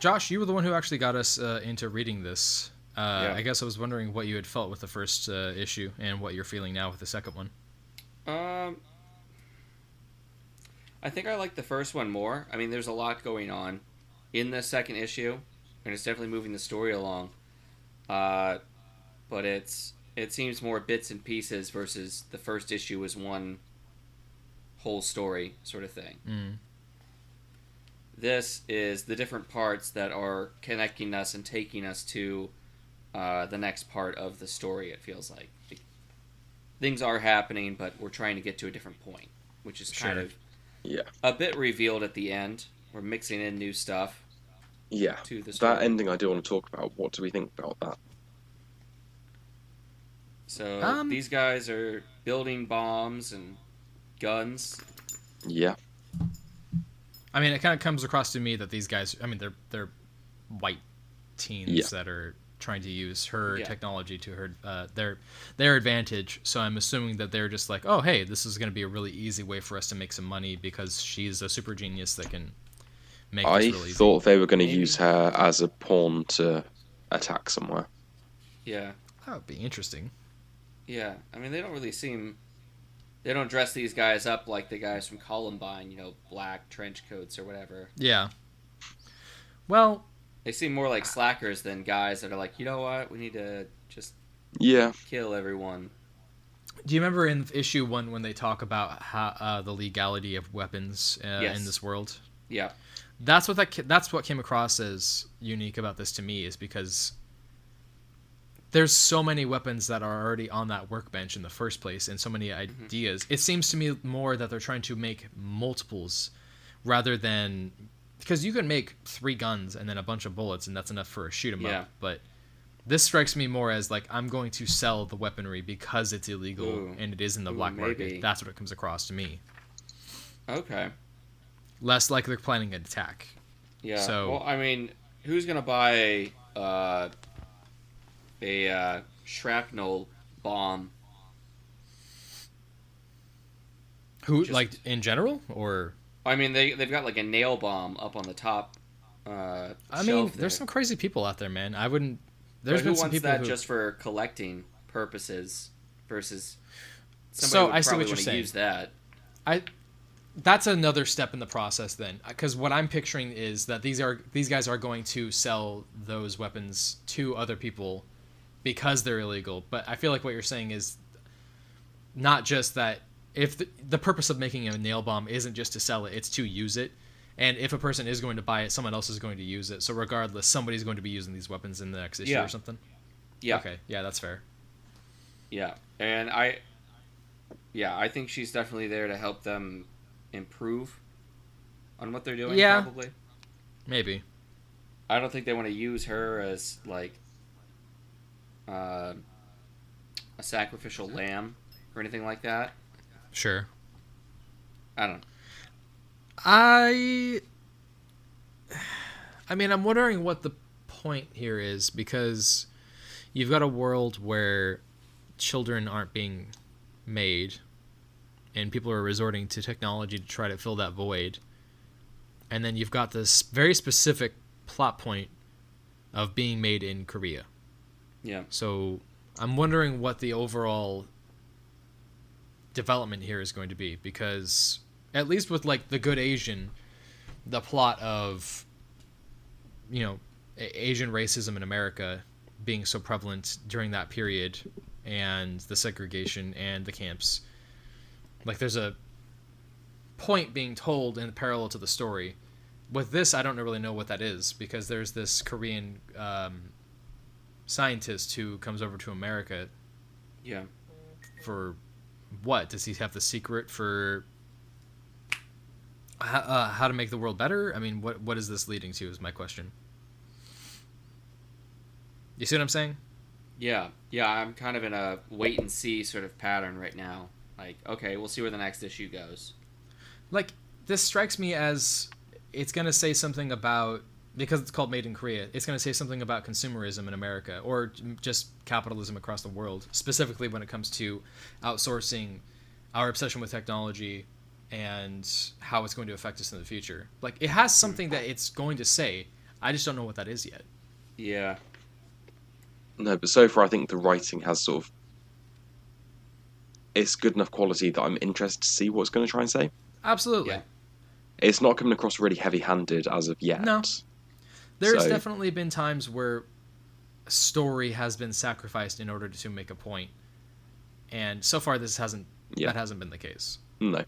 Josh, you were the one who actually got us uh, into reading this. Uh,
Yeah.
I guess I was wondering what you had felt with the first uh, issue and what you're feeling now with the second one.
Um, I think I like the first one more. I mean, there's a lot going on in the second issue, and it's definitely moving the story along. Uh, but it's it seems more bits and pieces versus the first issue was one whole story sort of thing.
Mm.
This is the different parts that are connecting us and taking us to uh, the next part of the story. It feels like things are happening, but we're trying to get to a different point, which is kind
Sure.
of
Yeah.
a bit revealed at the end. We're mixing in new stuff
Yeah.
to the story.
That ending I do want to talk about. What do we think about that?
so
Um,
these guys are building bombs and guns.
Yeah.
I mean, it kind of comes across to me that these guys. I mean, they're they're white teens
Yeah.
that are trying to use her
Yeah.
technology to her uh, their their advantage. So I'm assuming that they're just like, oh hey, this is going to be a really easy way for us to make some money because she's a super genius that can make
I
this really easy.
thought they were going to
Maybe.
use her as a pawn to attack somewhere.
Yeah,
That would be interesting.
yeah. I mean, they don't really seem. They don't dress these guys up like the guys from Columbine, you know, black trench coats or whatever.
Yeah. Well,
They seem more like slackers than guys that are like, you know what, we need to just
Yeah.
kill everyone.
Do you remember in issue one when they talk about how, uh, the legality of weapons uh,
Yes.
in this world?
Yeah.
That's what that ca- that's what came across as unique about this to me is because there's so many weapons that are already on that workbench in the first place and so many
Mm-hmm.
ideas it seems to me more that they're trying to make multiples rather than because you can make three guns and then a bunch of bullets and that's enough for a shoot 'em
Yeah.
up but this strikes me more as like i'm going to sell the weaponry because it's illegal
Ooh.
and it is in the
Ooh,
black
maybe.
market that's what it comes across to me
Okay.
less like they're planning an attack
Yeah.
So-
well, I mean, who's gonna buy uh, a uh, shrapnel bomb?
who
Just-
like in general or
I mean, they they've got like a nail bomb up on the top. Uh,
I
shelf
mean,
there.
there's some crazy people out there, man. I wouldn't.
But
There's
who
been some
wants
people
that
who.
just for collecting purposes versus. Somebody
So,
would
I see what
probably
you're
wanna
saying.
Use that.
That's another step in the process, then, because what I'm picturing is that these are these guys are going to sell those weapons to other people because they're illegal. But I feel like what you're saying is not just that. If the, the purpose of making a nail bomb isn't just to sell it, it's to use it. And if a person is going to buy it, someone else is going to use it. So regardless, somebody's going to be using these weapons in the next issue
Yeah.
or something.
Yeah.
Okay. Yeah, that's fair.
Yeah, and I, yeah, I think she's definitely there to help them improve on what they're doing.
Yeah.
Probably.
Maybe.
I don't think they want to use her as like uh, a sacrificial lamb or anything like that.
Sure.
I don't.
I I mean, I'm wondering what the point here is because you've got a world where children aren't being made and people are resorting to technology to try to fill that void. And then you've got this very specific plot point of being made in Korea.
Yeah.
So I'm wondering what the overall development here is going to be because at least with like the good Asian, the plot of you know A- Asian racism in America being so prevalent during that period and the segregation and the camps like there's a point being told in parallel to the story with this i don't really know what that is because there's this korean um, scientist who comes over to America
Yeah.
for what? Does he have the secret for how, uh, how to make the world better? I mean, what what is this leading to? Is my question. You see what I'm saying?
Yeah. Yeah. I'm kind of in a wait and see sort of pattern right now. Like, okay, we'll see where the next issue goes.
like this strikes me as it's going to say something about because it's called made in korea it's going to say something about consumerism in america or just capitalism across the world specifically when it comes to outsourcing our obsession with technology and how it's going to affect us in the future like it has something that it's going to say i just don't know what that is yet
Yeah.
No, but so far I think the writing has sort of it's good enough quality that I'm interested to see what it's going to try and say.
absolutely
Yeah.
It's not coming across really heavy-handed as of yet.
No. There's
So-
definitely been times where story has been sacrificed in order to make a point, and so far this hasn't.
Yeah.
That hasn't been the case.
No.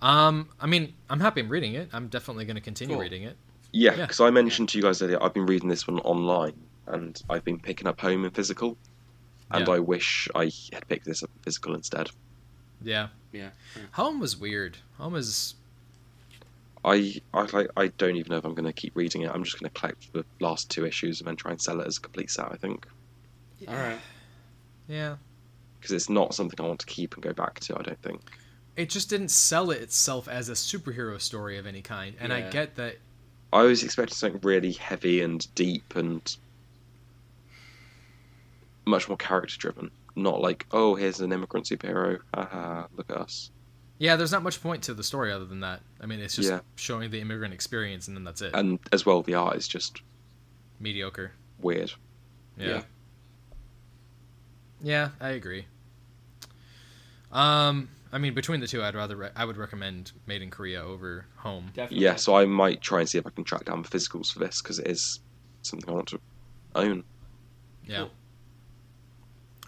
Um, I mean, I'm happy I'm reading it. I'm definitely going to continue
Cool.
reading it.
Yeah,
Yeah.
because I mentioned to you guys earlier, I've been reading this one online, and I've been picking up home in physical, and
Yeah.
I wish I had picked this up in physical instead.
Yeah.
Yeah. Yeah.
Home was weird. Home is
I I like I don't even know if I'm going to keep reading it. I'm just going to collect the last two issues and then try and sell it as a complete set. I think
All right.
yeah.
because it's not something I want to keep and go back to. I don't think.
It just didn't sell it itself as a superhero story of any kind, and I
Yeah.
get that.
I was expecting something really heavy and deep and much more character driven. Not like, oh, here's an immigrant superhero. Haha, look at us.
Yeah, there's not much point to the story other than that. I mean, it's just
Yeah.
showing the immigrant experience, and then that's it.
And as well, the art is just
Mediocre.
weird.
yeah.
Yeah.
Yeah, I agree. Um, I mean, between the two, I'd rather re- I would recommend Made in Korea over Home.
Definitely.
Yeah, so I might try and see if I can track down the physicals for this because it is something I want to own.
Yeah.
Cool.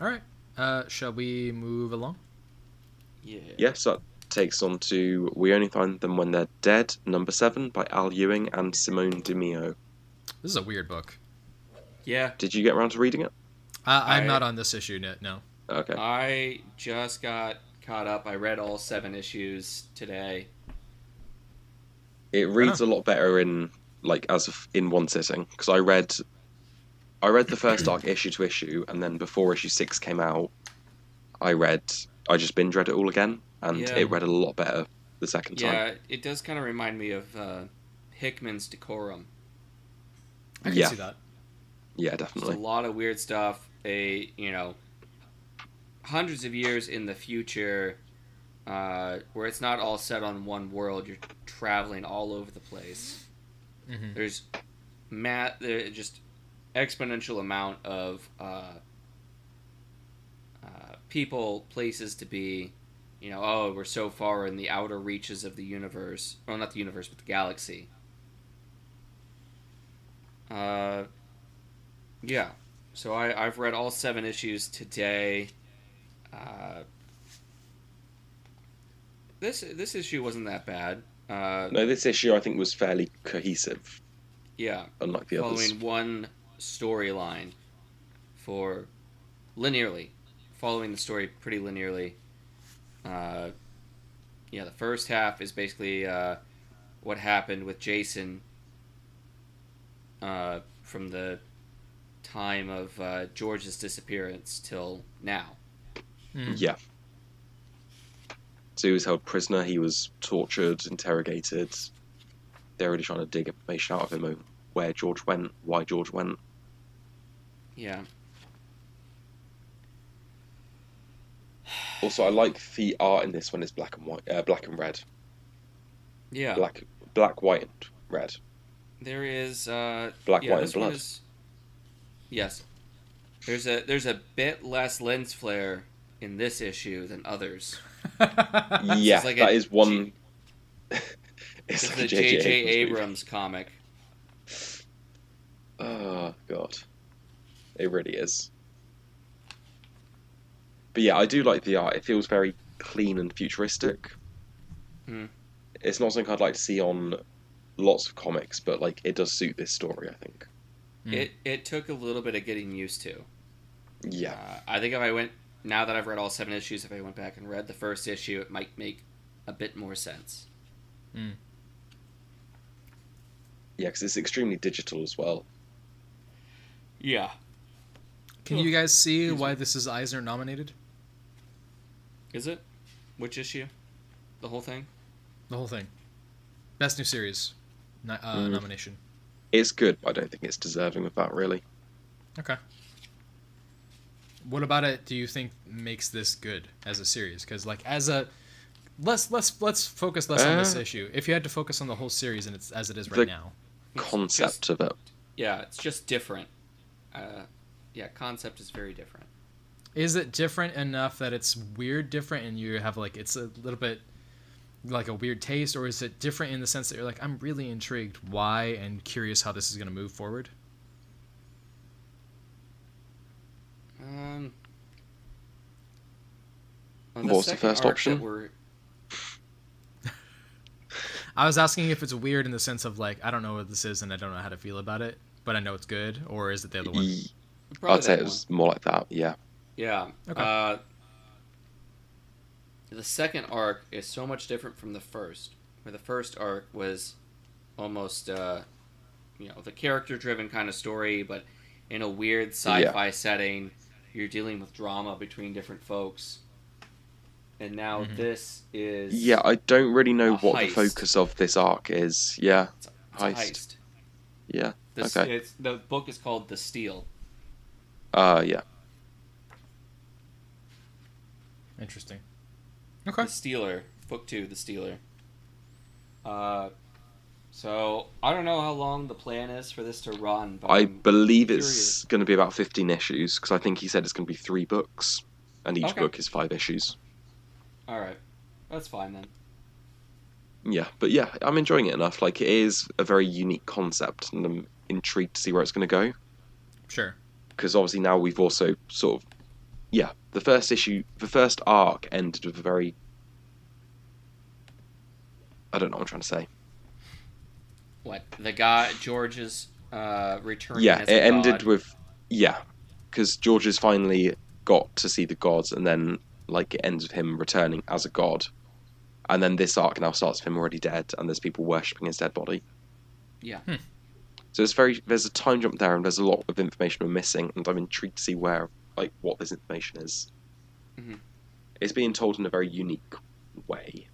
All right. Uh, shall we move along?
Yeah.
Yeah, so that takes on to We Only Find Them When They're Dead, number seven by Al Ewing and Simone DeMeo.
This is a weird book.
Yeah,
Did you get around to reading it?
I, I'm
I-
not on this issue yet. No.
Okay.
I just got caught up. I read all seven issues today. Uh,
It reads a lot better in like as of, in one sitting because I read, I read the first
(clears throat)
arc issue to issue, and then before issue six came out, I read I just binge read it all again, and
Yeah.
it read a lot better the second time.
Yeah, it does kind of remind me of uh, Hickman's Decorum.
I can
Yeah.
see that.
Yeah,
Just a
definitely.
lot of weird stuff. A you know, hundreds of years in the future, uh, where it's not all set on one world. You're traveling all over the place.
Mhm.
There's mat. There just exponential amount of uh, uh, people, places to be. You know, oh, we're so far in the outer reaches of the universe. Well, not the universe, but the galaxy. Uh, yeah. So I, I've read all seven issues today. Uh, this this issue wasn't that bad. Uh,
No, this issue I think was fairly cohesive,
yeah,
unlike the others.
following one storyline for linearly, following the story pretty linearly. Uh, yeah, the first half is basically uh, what happened with Jason uh, from the time of uh, George's disappearance till now. Mm-hmm.
Mm.
Yeah. So he was held prisoner. He was tortured, interrogated. They're really trying to dig information out of him of where George went, why George went.
Yeah.
Also, I like the art in this one. It's black and white, uh, black and red,
Yeah.
black, black, white, and red.
There is uh
Black,
yeah,
white, and
this one
blood.
is- (laughs) Yes. There's a there's a bit less lens flare in this issue than others.
Mm-hmm.
yeah,
like
that
a
is one. (laughs) it's
This
like a
is the J.J.
movie.
Abrams comic.
Oh god, it really is. But yeah, I do like the art. It feels very clean and futuristic.
Hmm.
It's not something I'd like to see on lots of comics, but like it does suit this story, I think. Hmm.
Mm.
It it took a little bit of getting used to.
Yeah,
Uh, I think if I went now that I've read all seven issues, if I went back and read the first issue, it might make a bit more sense.
yeah, because it's extremely digital as well.
Yeah.
Can you guys see
Excuse
why this is Eisner nominated?
Is it? Which issue? The whole thing?
The whole thing. Best new series no- uh,
Mm.
nomination.
It's good, but I don't think it's deserving of that really.
Okay. What about it do you think makes this good as a series? Because like as a let's let's let's focus less on this
Uh.
issue. If you had to focus on the whole series and it's as it is right
The-
now.
It's
Concept of it.
Yeah, it's just different. Uh, yeah, concept is very different.
Is it different enough that it's weird different and you have like it's a little bit like a weird taste, or is it different in the sense that you're like, I'm really intrigued why and curious how this is gonna move forward?
Um,
What was the
second
first
arc
option?
that we're-
I was asking if it's weird in the sense of like I don't know what this is and I don't know how to feel about it, but I know it's good, or is it the other one?
Ye-
probably
I'd say
that
it was more like that. Yeah,
one. Yeah.
Okay.
Uh, the second arc is so much different from the first, where the first arc was almost, uh, you know, the character-driven kind of story, but in a weird sci-fi setting, you're dealing with drama between different folks. And now
Mhm.
this is
yeah. I don't really know
A
what
heist.
the focus of this arc is. Yeah,
it's a
heist.
heist.
yeah.
This,
Okay.
it's, the book is called The Steal.
Uh, yeah.
Interesting.
The Stealer, book two, The Stealer. Uh, so I don't know how long the plan is for this to run, but
I
I'm-
believe
curious.
it's going to be about 15 issues because I think he said it's going to be three books, and each
Okay.
book is five issues.
all right, that's fine then.
Yeah, but yeah, I'm enjoying it enough. Like it is a very unique concept, and I'm intrigued to see where it's going to go
Sure.
because obviously now we've also sort of, yeah, the first issue, the first arc ended with a very, I don't know what I'm trying to say.
What the guy George's uh, returning.
yeah,
as
it
a
ended
god.
with yeah, because George's finally got to see the gods, and then like it ends with him returning as a god, and then this arc now starts with him already dead, and there's people worshipping his dead body.
Yeah.
Hmm.
So it's very there's a time jump there, and there's a lot of information we're missing, and I'm intrigued to see where like what this information is.
Mhm.
It's being told in a very unique way.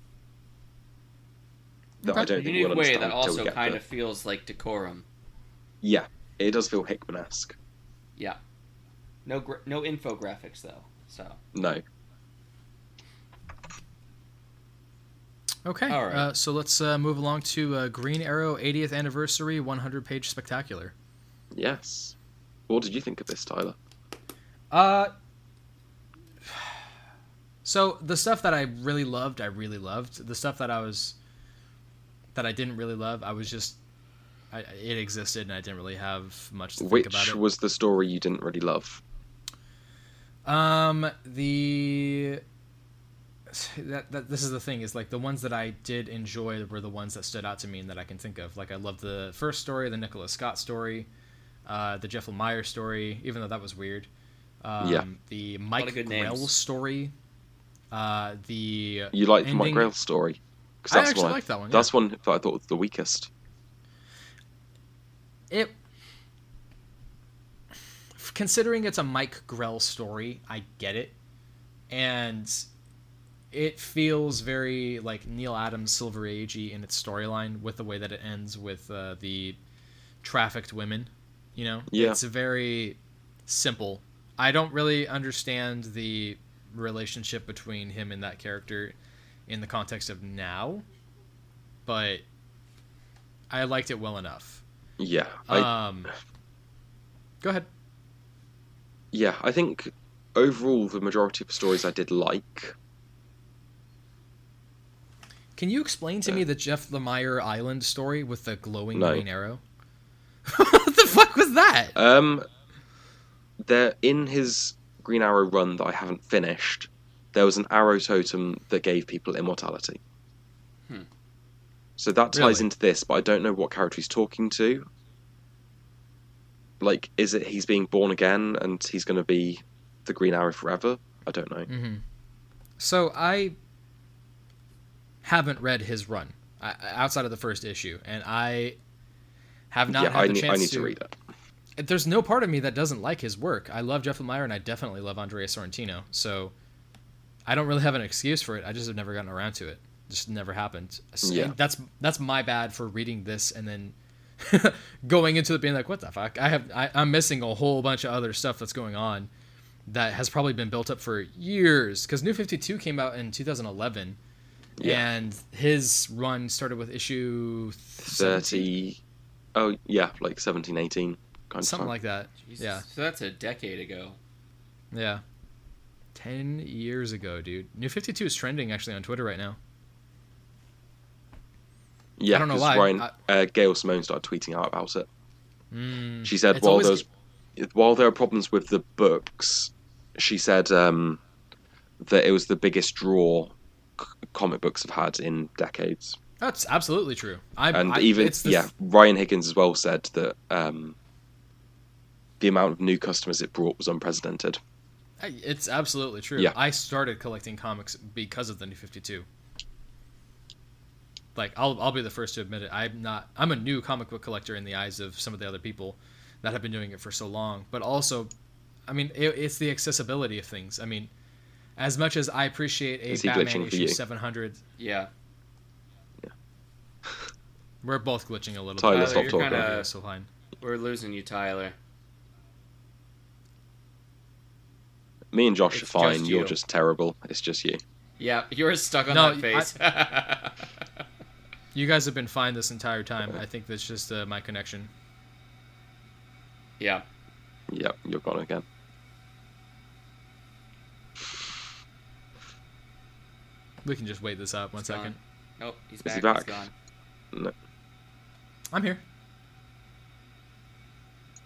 That I
Okay.
don't
in a
think
unique
we'll
way
understand
that
until we
also
get
kind
there.
of feels like decorum.
Yeah, it does feel Hickman-esque.
Yeah. No gra- no infographics though. So
No,
Okay.
All right.
Uh, so let's uh, move along to uh, Green Arrow 80th Anniversary 100 page spectacular.
Yes. What did you think of this, Tyler?
Uh, so the stuff that I really loved, I really loved. The stuff that I was, that I didn't really love, I was just, I, it existed and I didn't really have much to think about
Which
it.
was the story you didn't really love?
Um, the (sighs) that, that this is the thing is like the ones that I did enjoy were the ones that stood out to me and that I can think of. Like I loved the first story, the Nicholas Scott story, uh, the Jeff Lemire story, even though that was weird. Um,
Yeah.
The Mike
of good
Grell
names.
story. Uh, the
You liked the Mike
Ending-
Grail story? 'Cause
I
that's
actually
one
liked that one, yeah.
That's one that I thought was the weakest.
it. Considering it's a Mike Grell story, I get it, and it feels very like Neil Adams Silver Agey in its storyline with the way that it ends with uh, the trafficked women. You know,
Yeah.
it's very simple. I don't really understand the relationship between him and that character in the context of now, but I liked it well enough.
Yeah. I,
Um, go ahead.
yeah, I think overall the majority of the stories I did like.
Can you explain to me the Jeff Lemire Island story with the glowing
No.
green arrow? (laughs) what the fuck was that?
Um, there in his Green Arrow run that I haven't finished, there was an arrow totem that gave people immortality.
Hmm.
So that ties
Really?
into this, but I don't know what character he's talking to. Like, is it he's being born again and he's going to be the Green Arrow forever? I don't know.
Mm-hmm. So I haven't read his run I, I- outside of the first issue, and I have not
yeah,
had
I
the
need,
chance
I need to... read it.
There's no part of me that doesn't like his work. I love Jeff Lemire, and I definitely love Andrea Sorrentino. So I don't really have an excuse for it. I just have never gotten around to it. Just never happened. So
Yeah.
That's that's my bad for reading this and then (laughs) going into it being like, what the fuck? I have I, I'm missing a whole bunch of other stuff that's going on that has probably been built up for years. Because New Fifty Two came out in 2011,
Yeah.
and his run started with issue 17?
30. Oh, yeah, like 17, 18. Kind
something
of
like that.
Jesus.
Yeah.
So that's a decade ago.
Yeah. 10 years ago, dude. New 52 is trending actually on Twitter right now.
Yeah,
I don't know
'cause
why,
Ryan,
I-
uh, Gail Simone started tweeting out about it.
Mm,
She said
It's
while
always-
those while there are problems with the books, she said um, that it was the biggest draw c- comic books have had in decades.
that's absolutely true. I,
And
I-
even
it's the-
yeah, Ryan Higgins as well said that um, the amount of new customers it brought was unprecedented.
It's absolutely true.
Yeah.
I started collecting comics because of the New 52. Like I'll I'll be the first to admit it. I'm not I'm a new comic book collector in the eyes of some of the other people that have been doing it for so long, but also I mean it, it's the accessibility of things. I mean as much as I appreciate a
Is he
Batman
glitching for
issue
you?
700,
Yeah.
we're both glitching a little
Tyler,
bit.
stop
you're
talking.
kinda-
so fine.
We're losing you, Tyler.
Me and Josh
It's
are fine.
just
You're
you.
just terrible. It's just you.
Yeah, you're stuck on
No,
that face.
You guys have been fine this entire time. I think that's just uh, my connection.
(laughs) yeah.
Yep, you're gone again.
We can just wait this out one
It's gone.
second.
Nope, he's
Is
back.
he
He's
back?
gone.
No,
I'm here.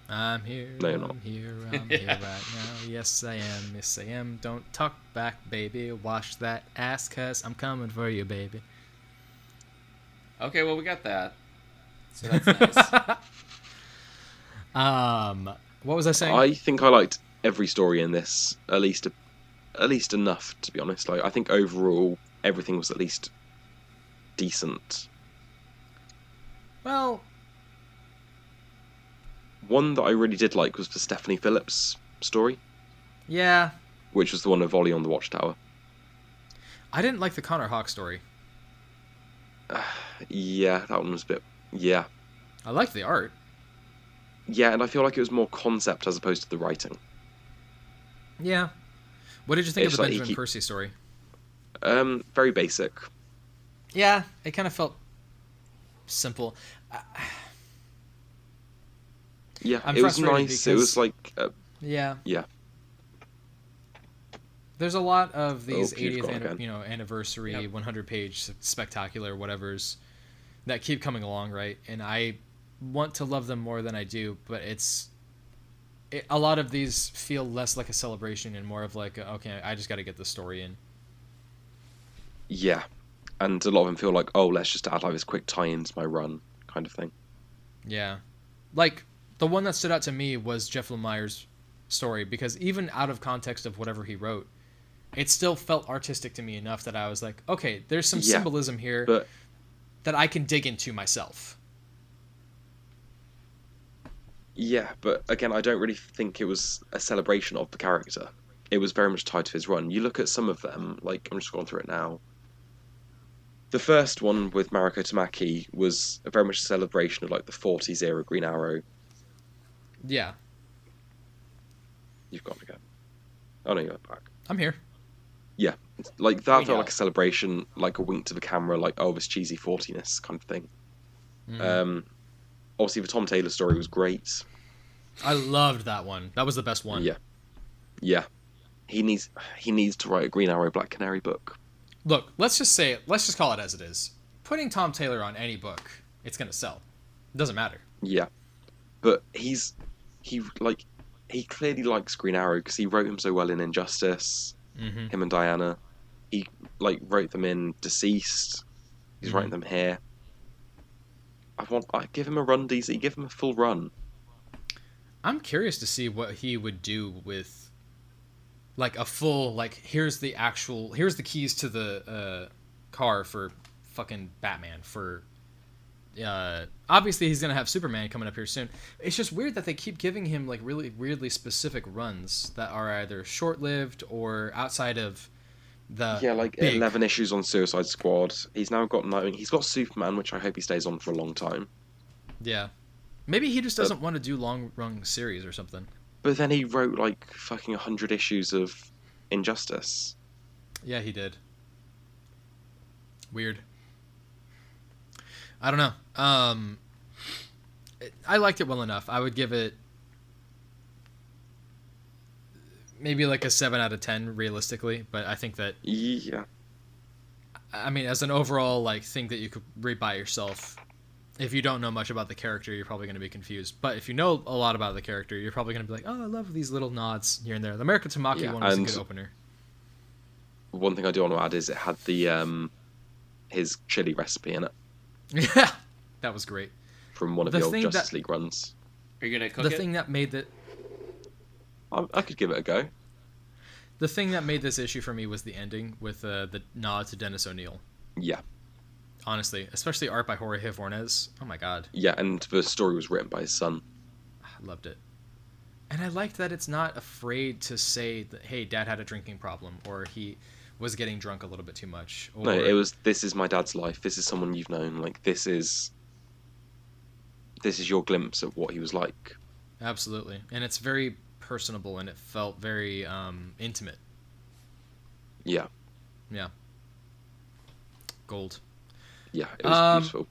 I'm here.
No, you're
I'm
not.
here.
(laughs)
I'm here right now. Yes, I am. Yes, I am. Don't talk back, baby. Wash that ass, cuz I'm coming for you, baby.
Okay, well we got that. So that's nice.
(laughs) Um, what was I saying?
I think I liked every story in this, at least, at least enough to be honest. Like I think overall everything was at least decent.
well,
One that I really did like was the Stephanie Phillips story,
yeah,
which was the one of Ollie on the Watchtower.
I didn't like the Connor Hawk story.
Yeah, that one was a bit. Yeah,
I liked the art.
yeah, and I feel like it was more concept as opposed to the writing.
Yeah. What did you think
It's
of the
like he
Benjamin
keep-
Percy story?
Um, very basic.
Yeah, it kind of felt simple.
Yeah,
I'm
it was
frustrated
nice. It
because-
was like uh,
Yeah.
Yeah.
There's a lot of these
Oh, keep
80th
going
anni-
again.
you know anniversary
Yep.
100 page spectacular whatever's that keep coming along right and I want to love them more than I do but it's it, a lot of these feel less like a celebration and more of like a, okay I just got to get the story in.
yeah, and a lot of them feel like oh, let's just add like this quick tie into my run kind of thing.
Yeah. Like the one that stood out to me was Jeff Lemire's story because even out of context of whatever he wrote, it still felt artistic to me enough that I was like, okay, there's some
Yeah,
symbolism here
but-
that I can dig into myself.
Yeah, but again, I don't really think it was a celebration of the character. It was very much tied to his run. You look at some of them, like I'm just going through it now. The first one with Mariko Tamaki was a very much a celebration of like the 40s era Green Arrow.
Yeah,
You've gone again. Oh no, you're back.
I'm here.
Like
We
that
know.
felt like a celebration, like a wink to the camera, like oh this cheesy 40ness kind of thing.
Mm.
Um, obviously the Tom Taylor story was great.
I loved that one. That was the best one.
Yeah, yeah. He needs he needs to write a Green Arrow Black Canary book.
Look, let's just say it. Let's just call it as it is. Putting Tom Taylor on any book, it's gonna sell. doesn't matter.
Yeah, but he's he like he clearly likes Green Arrow because he wrote him so well in Injustice.
Mm-hmm.
Him and Diana, he like wrote them in Deceased. He's
Mhm.
writing them here. I want I give him a run, DC. Give him a full run.
I'm curious to see what he would do with like a full like here's the actual here's the keys to the uh, car for fucking Batman for uh obviously he's gonna have Superman coming up here soon. It's just weird that they keep giving him like really weirdly specific runs that are either short lived or outside of the
yeah, like
Uh, big-
eleven issues on Suicide Squad. He's now got Nightwing. He's got Superman, which I hope he stays on for a long time.
yeah. Maybe he just doesn't want to do long run series or something.
But then he wrote like fucking hundred issues of Injustice.
Yeah, he did. Weird. I don't know. Um, it- I liked it well enough. I would give it maybe like a seven out of ten, realistically. But I think that
Yeah,
I mean, as an overall like thing that you could read by yourself. If you don't know much about the character, you're probably going to be confused. But if you know a lot about the character, you're probably going to be like, "Oh, I love these little nods here and there." The American Tamaki
Yeah,
one was a
and-
good opener. (laughs)
one thing I do want to add is it had the um his chili recipe in it
Yeah, that was great.
from one of
The
the, old
thing
Justice
that-
League runs.
(laughs) Are you gonna cook
the
it?
thing that made the
I, I could give it a go.
the thing that made this issue for me was the ending with uh, the nod to Dennis O'Neill.
Yeah,
Honestly, especially art by Jorge Vornez. Oh my god,
yeah, and the story was written by his son.
I loved it. And I liked that it's not afraid to say that hey, dad had a drinking problem or he was getting drunk a little bit too much or
No, it was this is my dad's life. This is someone you've known. Like this is this is your glimpse of what he was like.
absolutely. And it's very personable and it felt very um, intimate.
Yeah,
Gold.
yeah, it was
Um,
beautiful.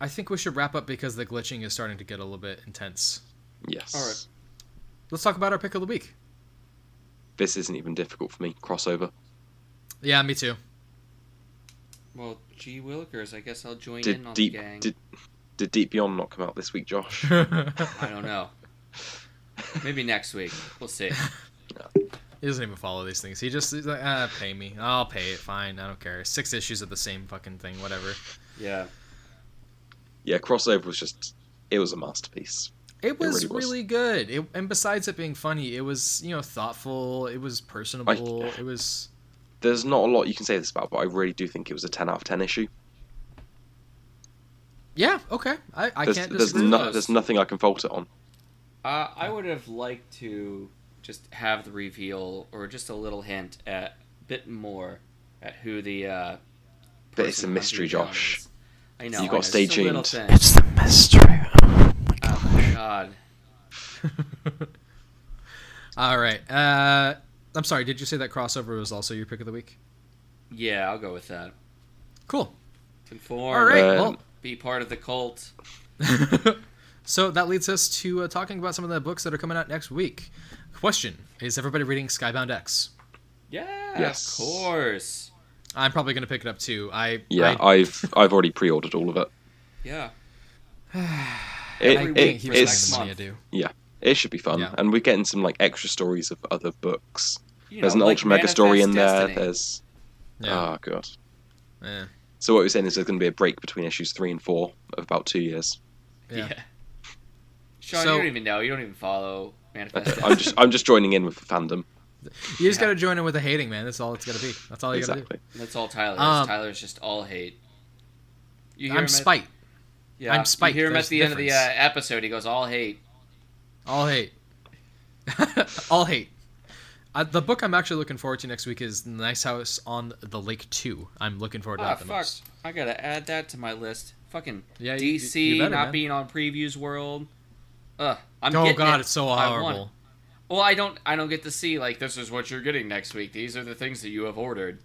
I think we should wrap up because the glitching is starting to get a little bit intense.
Yes.
All right.
Let's talk about our pick of the week.
This isn't even difficult for me. Crossover.
Yeah, me too.
Well, gee willikers, I guess I'll join
Did
in on
deep
the gang.
did did Deep Beyond not come out this week,
(laughs)
Josh?
I don't know. Maybe next week.
(laughs)
We'll see.
He doesn't even follow these things. He just he's like, ah, pay me. I'll pay it. Fine. I don't care. Six issues of the same fucking thing. Whatever.
Yeah.
yeah, crossover was just it was a masterpiece.
It was
really was.
really good. It, and besides it being funny, it was you know thoughtful. It was personable. it was
There's not a lot you can say this about, but I really do think it was a 10 out of 10 issue.
yeah okay. I, I
There's,
can't
there's,
disagree.
no-
with
no,
those.
there's nothing I can fault it on.
Uh, I would have liked to just have the reveal or just a little hint at bit more at who the. Uh,
But it's
person
a mystery,
hunting down
Josh.
is. I know.
You
I
gotta
know,
stay
just a little
tuned.
thing.
the mystery.
Oh my god.
All right. Uh, I'm sorry. Did you say that crossover was also your pick of the week?
Yeah, I'll go with that.
Cool.
Conform.
All right.
Um,
Be part of the cult.
well, so that leads us to uh, talking about some of the books that are coming out next week. Question: Is everybody reading Skybound X?
Yeah,
Yes.
of course.
I'm probably going to pick it up too. I
Yeah,
I,
I've I've already pre-ordered all of it.
Yeah.
It,
I
Every
think
it,
he
for
was
it's,
the
next
money I
month.
do.
it should be fun,
Yeah.
and we're getting some like extra stories of other books.
You
There's
know,
an
like
Ultra Mega story in there.
Manifest Destiny.
There's
Yeah.
uh,
oh god.
yeah.
So what we're saying is there's going to be a break between issues three and four of about
(laughs)
two years.
Yeah.
Sean,
So-
you don't even know. You don't even follow Manifest
Okay,
Destiny.
I'm just I'm just joining in with the fandom.
You just got
Yeah.
to join in with the hating, man. That's all it's got to be. That's all you got to
Exactly.
That's all Tyler is.
Um,
Tyler's just all hate. You
do. I'm
him at-
spite.
Yeah,
I'm spite.
You hear him
There's
at the end of the uh,
difference.
episode. He goes all hate.
All hate. (laughs) all hate. Uh, the book I'm actually looking forward to next week is Nice House on the Lake 2. I'm looking forward to
Ah,
that the
fuck.
most.
I gotta add that to my list. Fucking
Yeah, you-
DC
you better,
not
man.
being on previews world. Ugh, I'm
oh
getting
god,
it.
it's so
I want
horrible.
it. Well, I don't. I don't get to see like this is what you're getting next week. These are the things that you have ordered.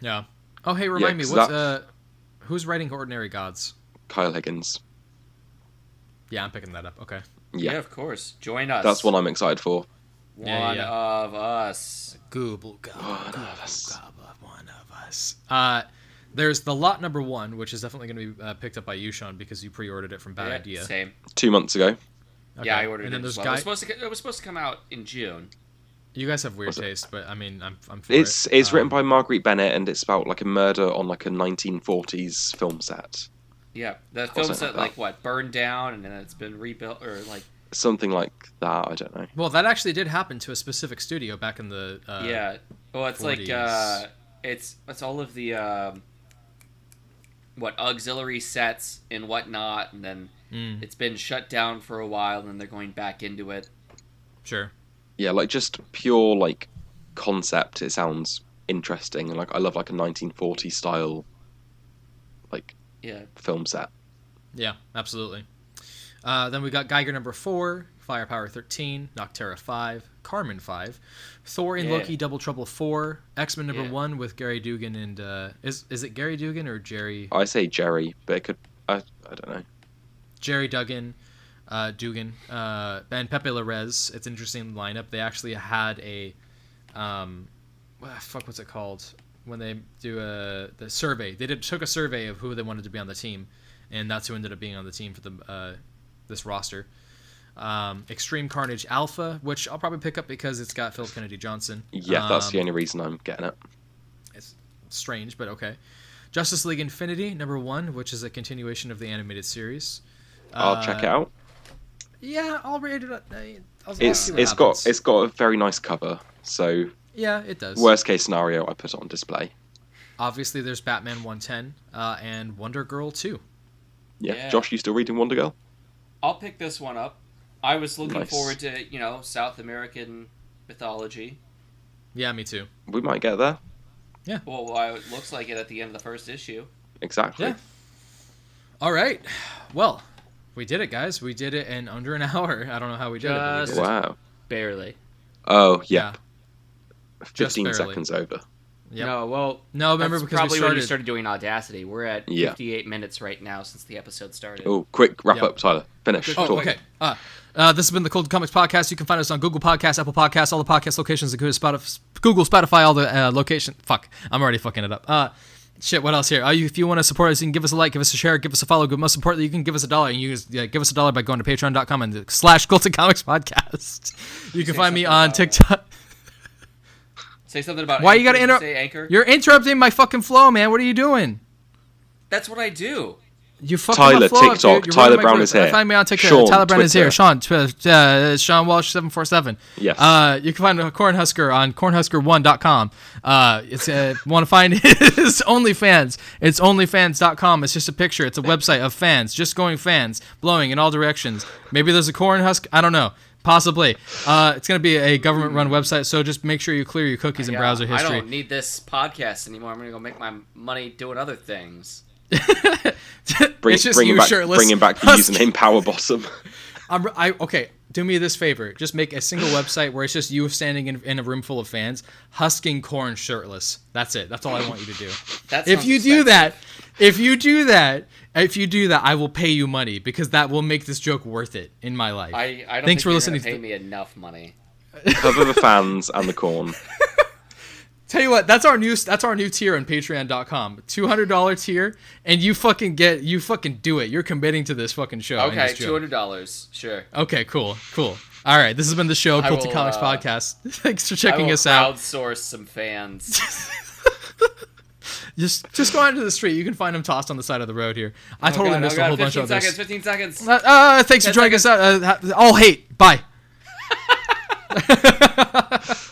Yeah. Oh hey, remind me
'cause
what's uh
that-
who's writing Ordinary Gods?
Kyle Higgins.
Yeah, I'm picking that up. Okay.
Yeah,
of course. Join us.
that's what I'm excited for.
One
Yeah, yeah, yeah.
of us.
Google gobble,
One of
gobble,
us.
gobble, one of us. Uh there's the lot number one, which is definitely going to be uh, picked up by you, Sean, because you pre-ordered it from Bad
Yeah,
Idea.
Same.
Two months ago,
Okay.
Yeah, I ordered
And then
it.
there's
As well.
guy.
it, was supposed to, it was supposed to come out in June.
You guys have weird
What's it?
taste, but I mean, I'm I'm. For
it's
it.
it's
Um,
written by Marguerite Bennett, and it's about like a murder on like a 1940s film set,
Yeah, the
something
film set
like
like what burned down, and then it's been rebuilt, or like
something like that. I don't know.
Well, that actually did happen to a specific studio back in the. Uh,
yeah. Well, it's like
40s.
uh, it's it's all of the um, what auxiliary sets and whatnot, and then
mm,
it's been shut down for a while, and they're going back into it.
sure.
Yeah, like just pure like concept. It sounds interesting, and like I love like a 1940s style like
Yeah,
film set.
Yeah, absolutely. Uh, then we got Geiger number four, Firepower thirteen, Noctera five, Carmen five, Thor and
Yeah.
Loki Double Trouble four, X Men number
Yeah.
one with Gary Dugan and uh, is is it Gary Dugan or Jerry
I say Jerry, but it could I I don't know.
Jerry Duggan, uh, Dugan, uh, and Pepe Larez. It's an interesting lineup. They actually had a, um, ah, fuck, what's it called? When they do a the survey, they did took a survey of who they wanted to be on the team, and that's who ended up being on the team for the uh, this roster. Um, Extreme Carnage Alpha, which I'll probably pick up because it's got Philip Kennedy Johnson.
Yeah, that's the
Um,
only reason I'm getting it.
strange, but okay. Justice League Infinity number one, which is a continuation of the animated series. uh,
I'll check it out.
Yeah, I'll read it. uh, I'll, I'll
It's
see what
it's
happens.
got it's got a very nice cover. So
yeah, it does.
worst case scenario, I put it on display.
Obviously, there's Batman 110 uh, and Wonder Girl 2.
Yeah,
Yeah.
Josh, you still reading Wonder Girl?
I'll pick this one up. I was looking
Nice.
forward to you know South American mythology.
Yeah, me too.
We might get there.
Well, why it looks like it at the end of the first issue.
Exactly.
Yeah. All right, well, we did it, guys. We did it in under an (laughs) hour. I don't know how we did it. but we
Just-
did it.
Wow.
Barely.
Oh yeah.
just
Fifteen
barely.
seconds over.
Yep.
No, well,
No, remember
That's
because we
probably when
started.
you started doing Audacity. We're at
Yeah.
58 minutes right now since the episode started.
Oh, quick wrap
Yep.
up, Tyler. Finish.
Good-
Talk.
Oh, okay. Uh, uh, this has been the Cold Comics Podcast. You can find us on Google Podcasts, Apple Podcasts, all the podcast locations, including Spotify, Google, Spotify, all the uh, location. Fuck, I'm already fucking it up. Uh, shit, what else here? Uh, you, if you want to support us, you can give us a like, give us a share, give us a follow. But most importantly, you can give us a dollar. And you can just, uh, give us a dollar by going to patreon.com and slash Cold Comics Podcast. (laughs) You can
say
find me
something
on
about, uh,
TikTok.
Say something about
Why you gotta
Anchor. Did
interrupt-
Say anchor.
You're interrupting my fucking flow, man. What are you doing?
That's what I do.
You fucking
Tyler,
the flow up,
TikTok,
dude. You're
Tyler
ruining my
Brown
groove.
is here.
Find me on TikTok.
Sean,
Tyler Brown is
Twitter.
here. Sean, Twitter, uh, Sean Walsh seven four seven.
Yes.
Uh, you can find Cornhusker on cornhusker1.com. Uh, it's uh, want to find (laughs) his OnlyFans. It's OnlyFans.com. It's just a picture. It's a website of fans, just going fans, blowing in all directions. Maybe there's a Cornhusk. I don't know. Possibly. Uh, it's gonna be a government-run website, so just make sure you clear your cookies and
Uh, Yeah,
browser
I
history.
don't need this podcast anymore. I'm gonna go make my money doing other things.
Bring,
it's just
bring,
you
him back,
shirtless.
bring him back the
husky.
username Power
(laughs)
Bottom.
I'm, I okay. Do me this favor. Just make a single website where it's just you standing in, in a room full of fans, husking corn shirtless. That's it. That's all I want you to do.
That
if
sounds
you do
expensive.
that, if you do that, if you do that, I will pay you money because that will make this joke worth it in my life.
I, I don't
Thanks
think
for
you're
listening
Gonna pay
to-
me enough money.
cover the fans and the corn.
Tell you what, that's our new that's our new tier on Patreon.com. Two hundred dollar tier, and you fucking get you fucking do it. You're committing to this fucking show. and
Okay,
this joke.
two hundred dollars. Sure.
Okay, cool, cool. All right, this has been the show,
I
Cult to
will,
Comics
uh,
podcast. (laughs) Thanks for
I
checking
will
us out.
Crowdsource
(laughs)
some fans.
Just just go out into the street. You can find them tossed on the side of the road here. I totally
Oh God,
missed
God,
a whole bunch
15
of
seconds,
this.
Fifteen seconds.
Uh, uh, thanks for joining us out. Uh, ha- all hate. Bye.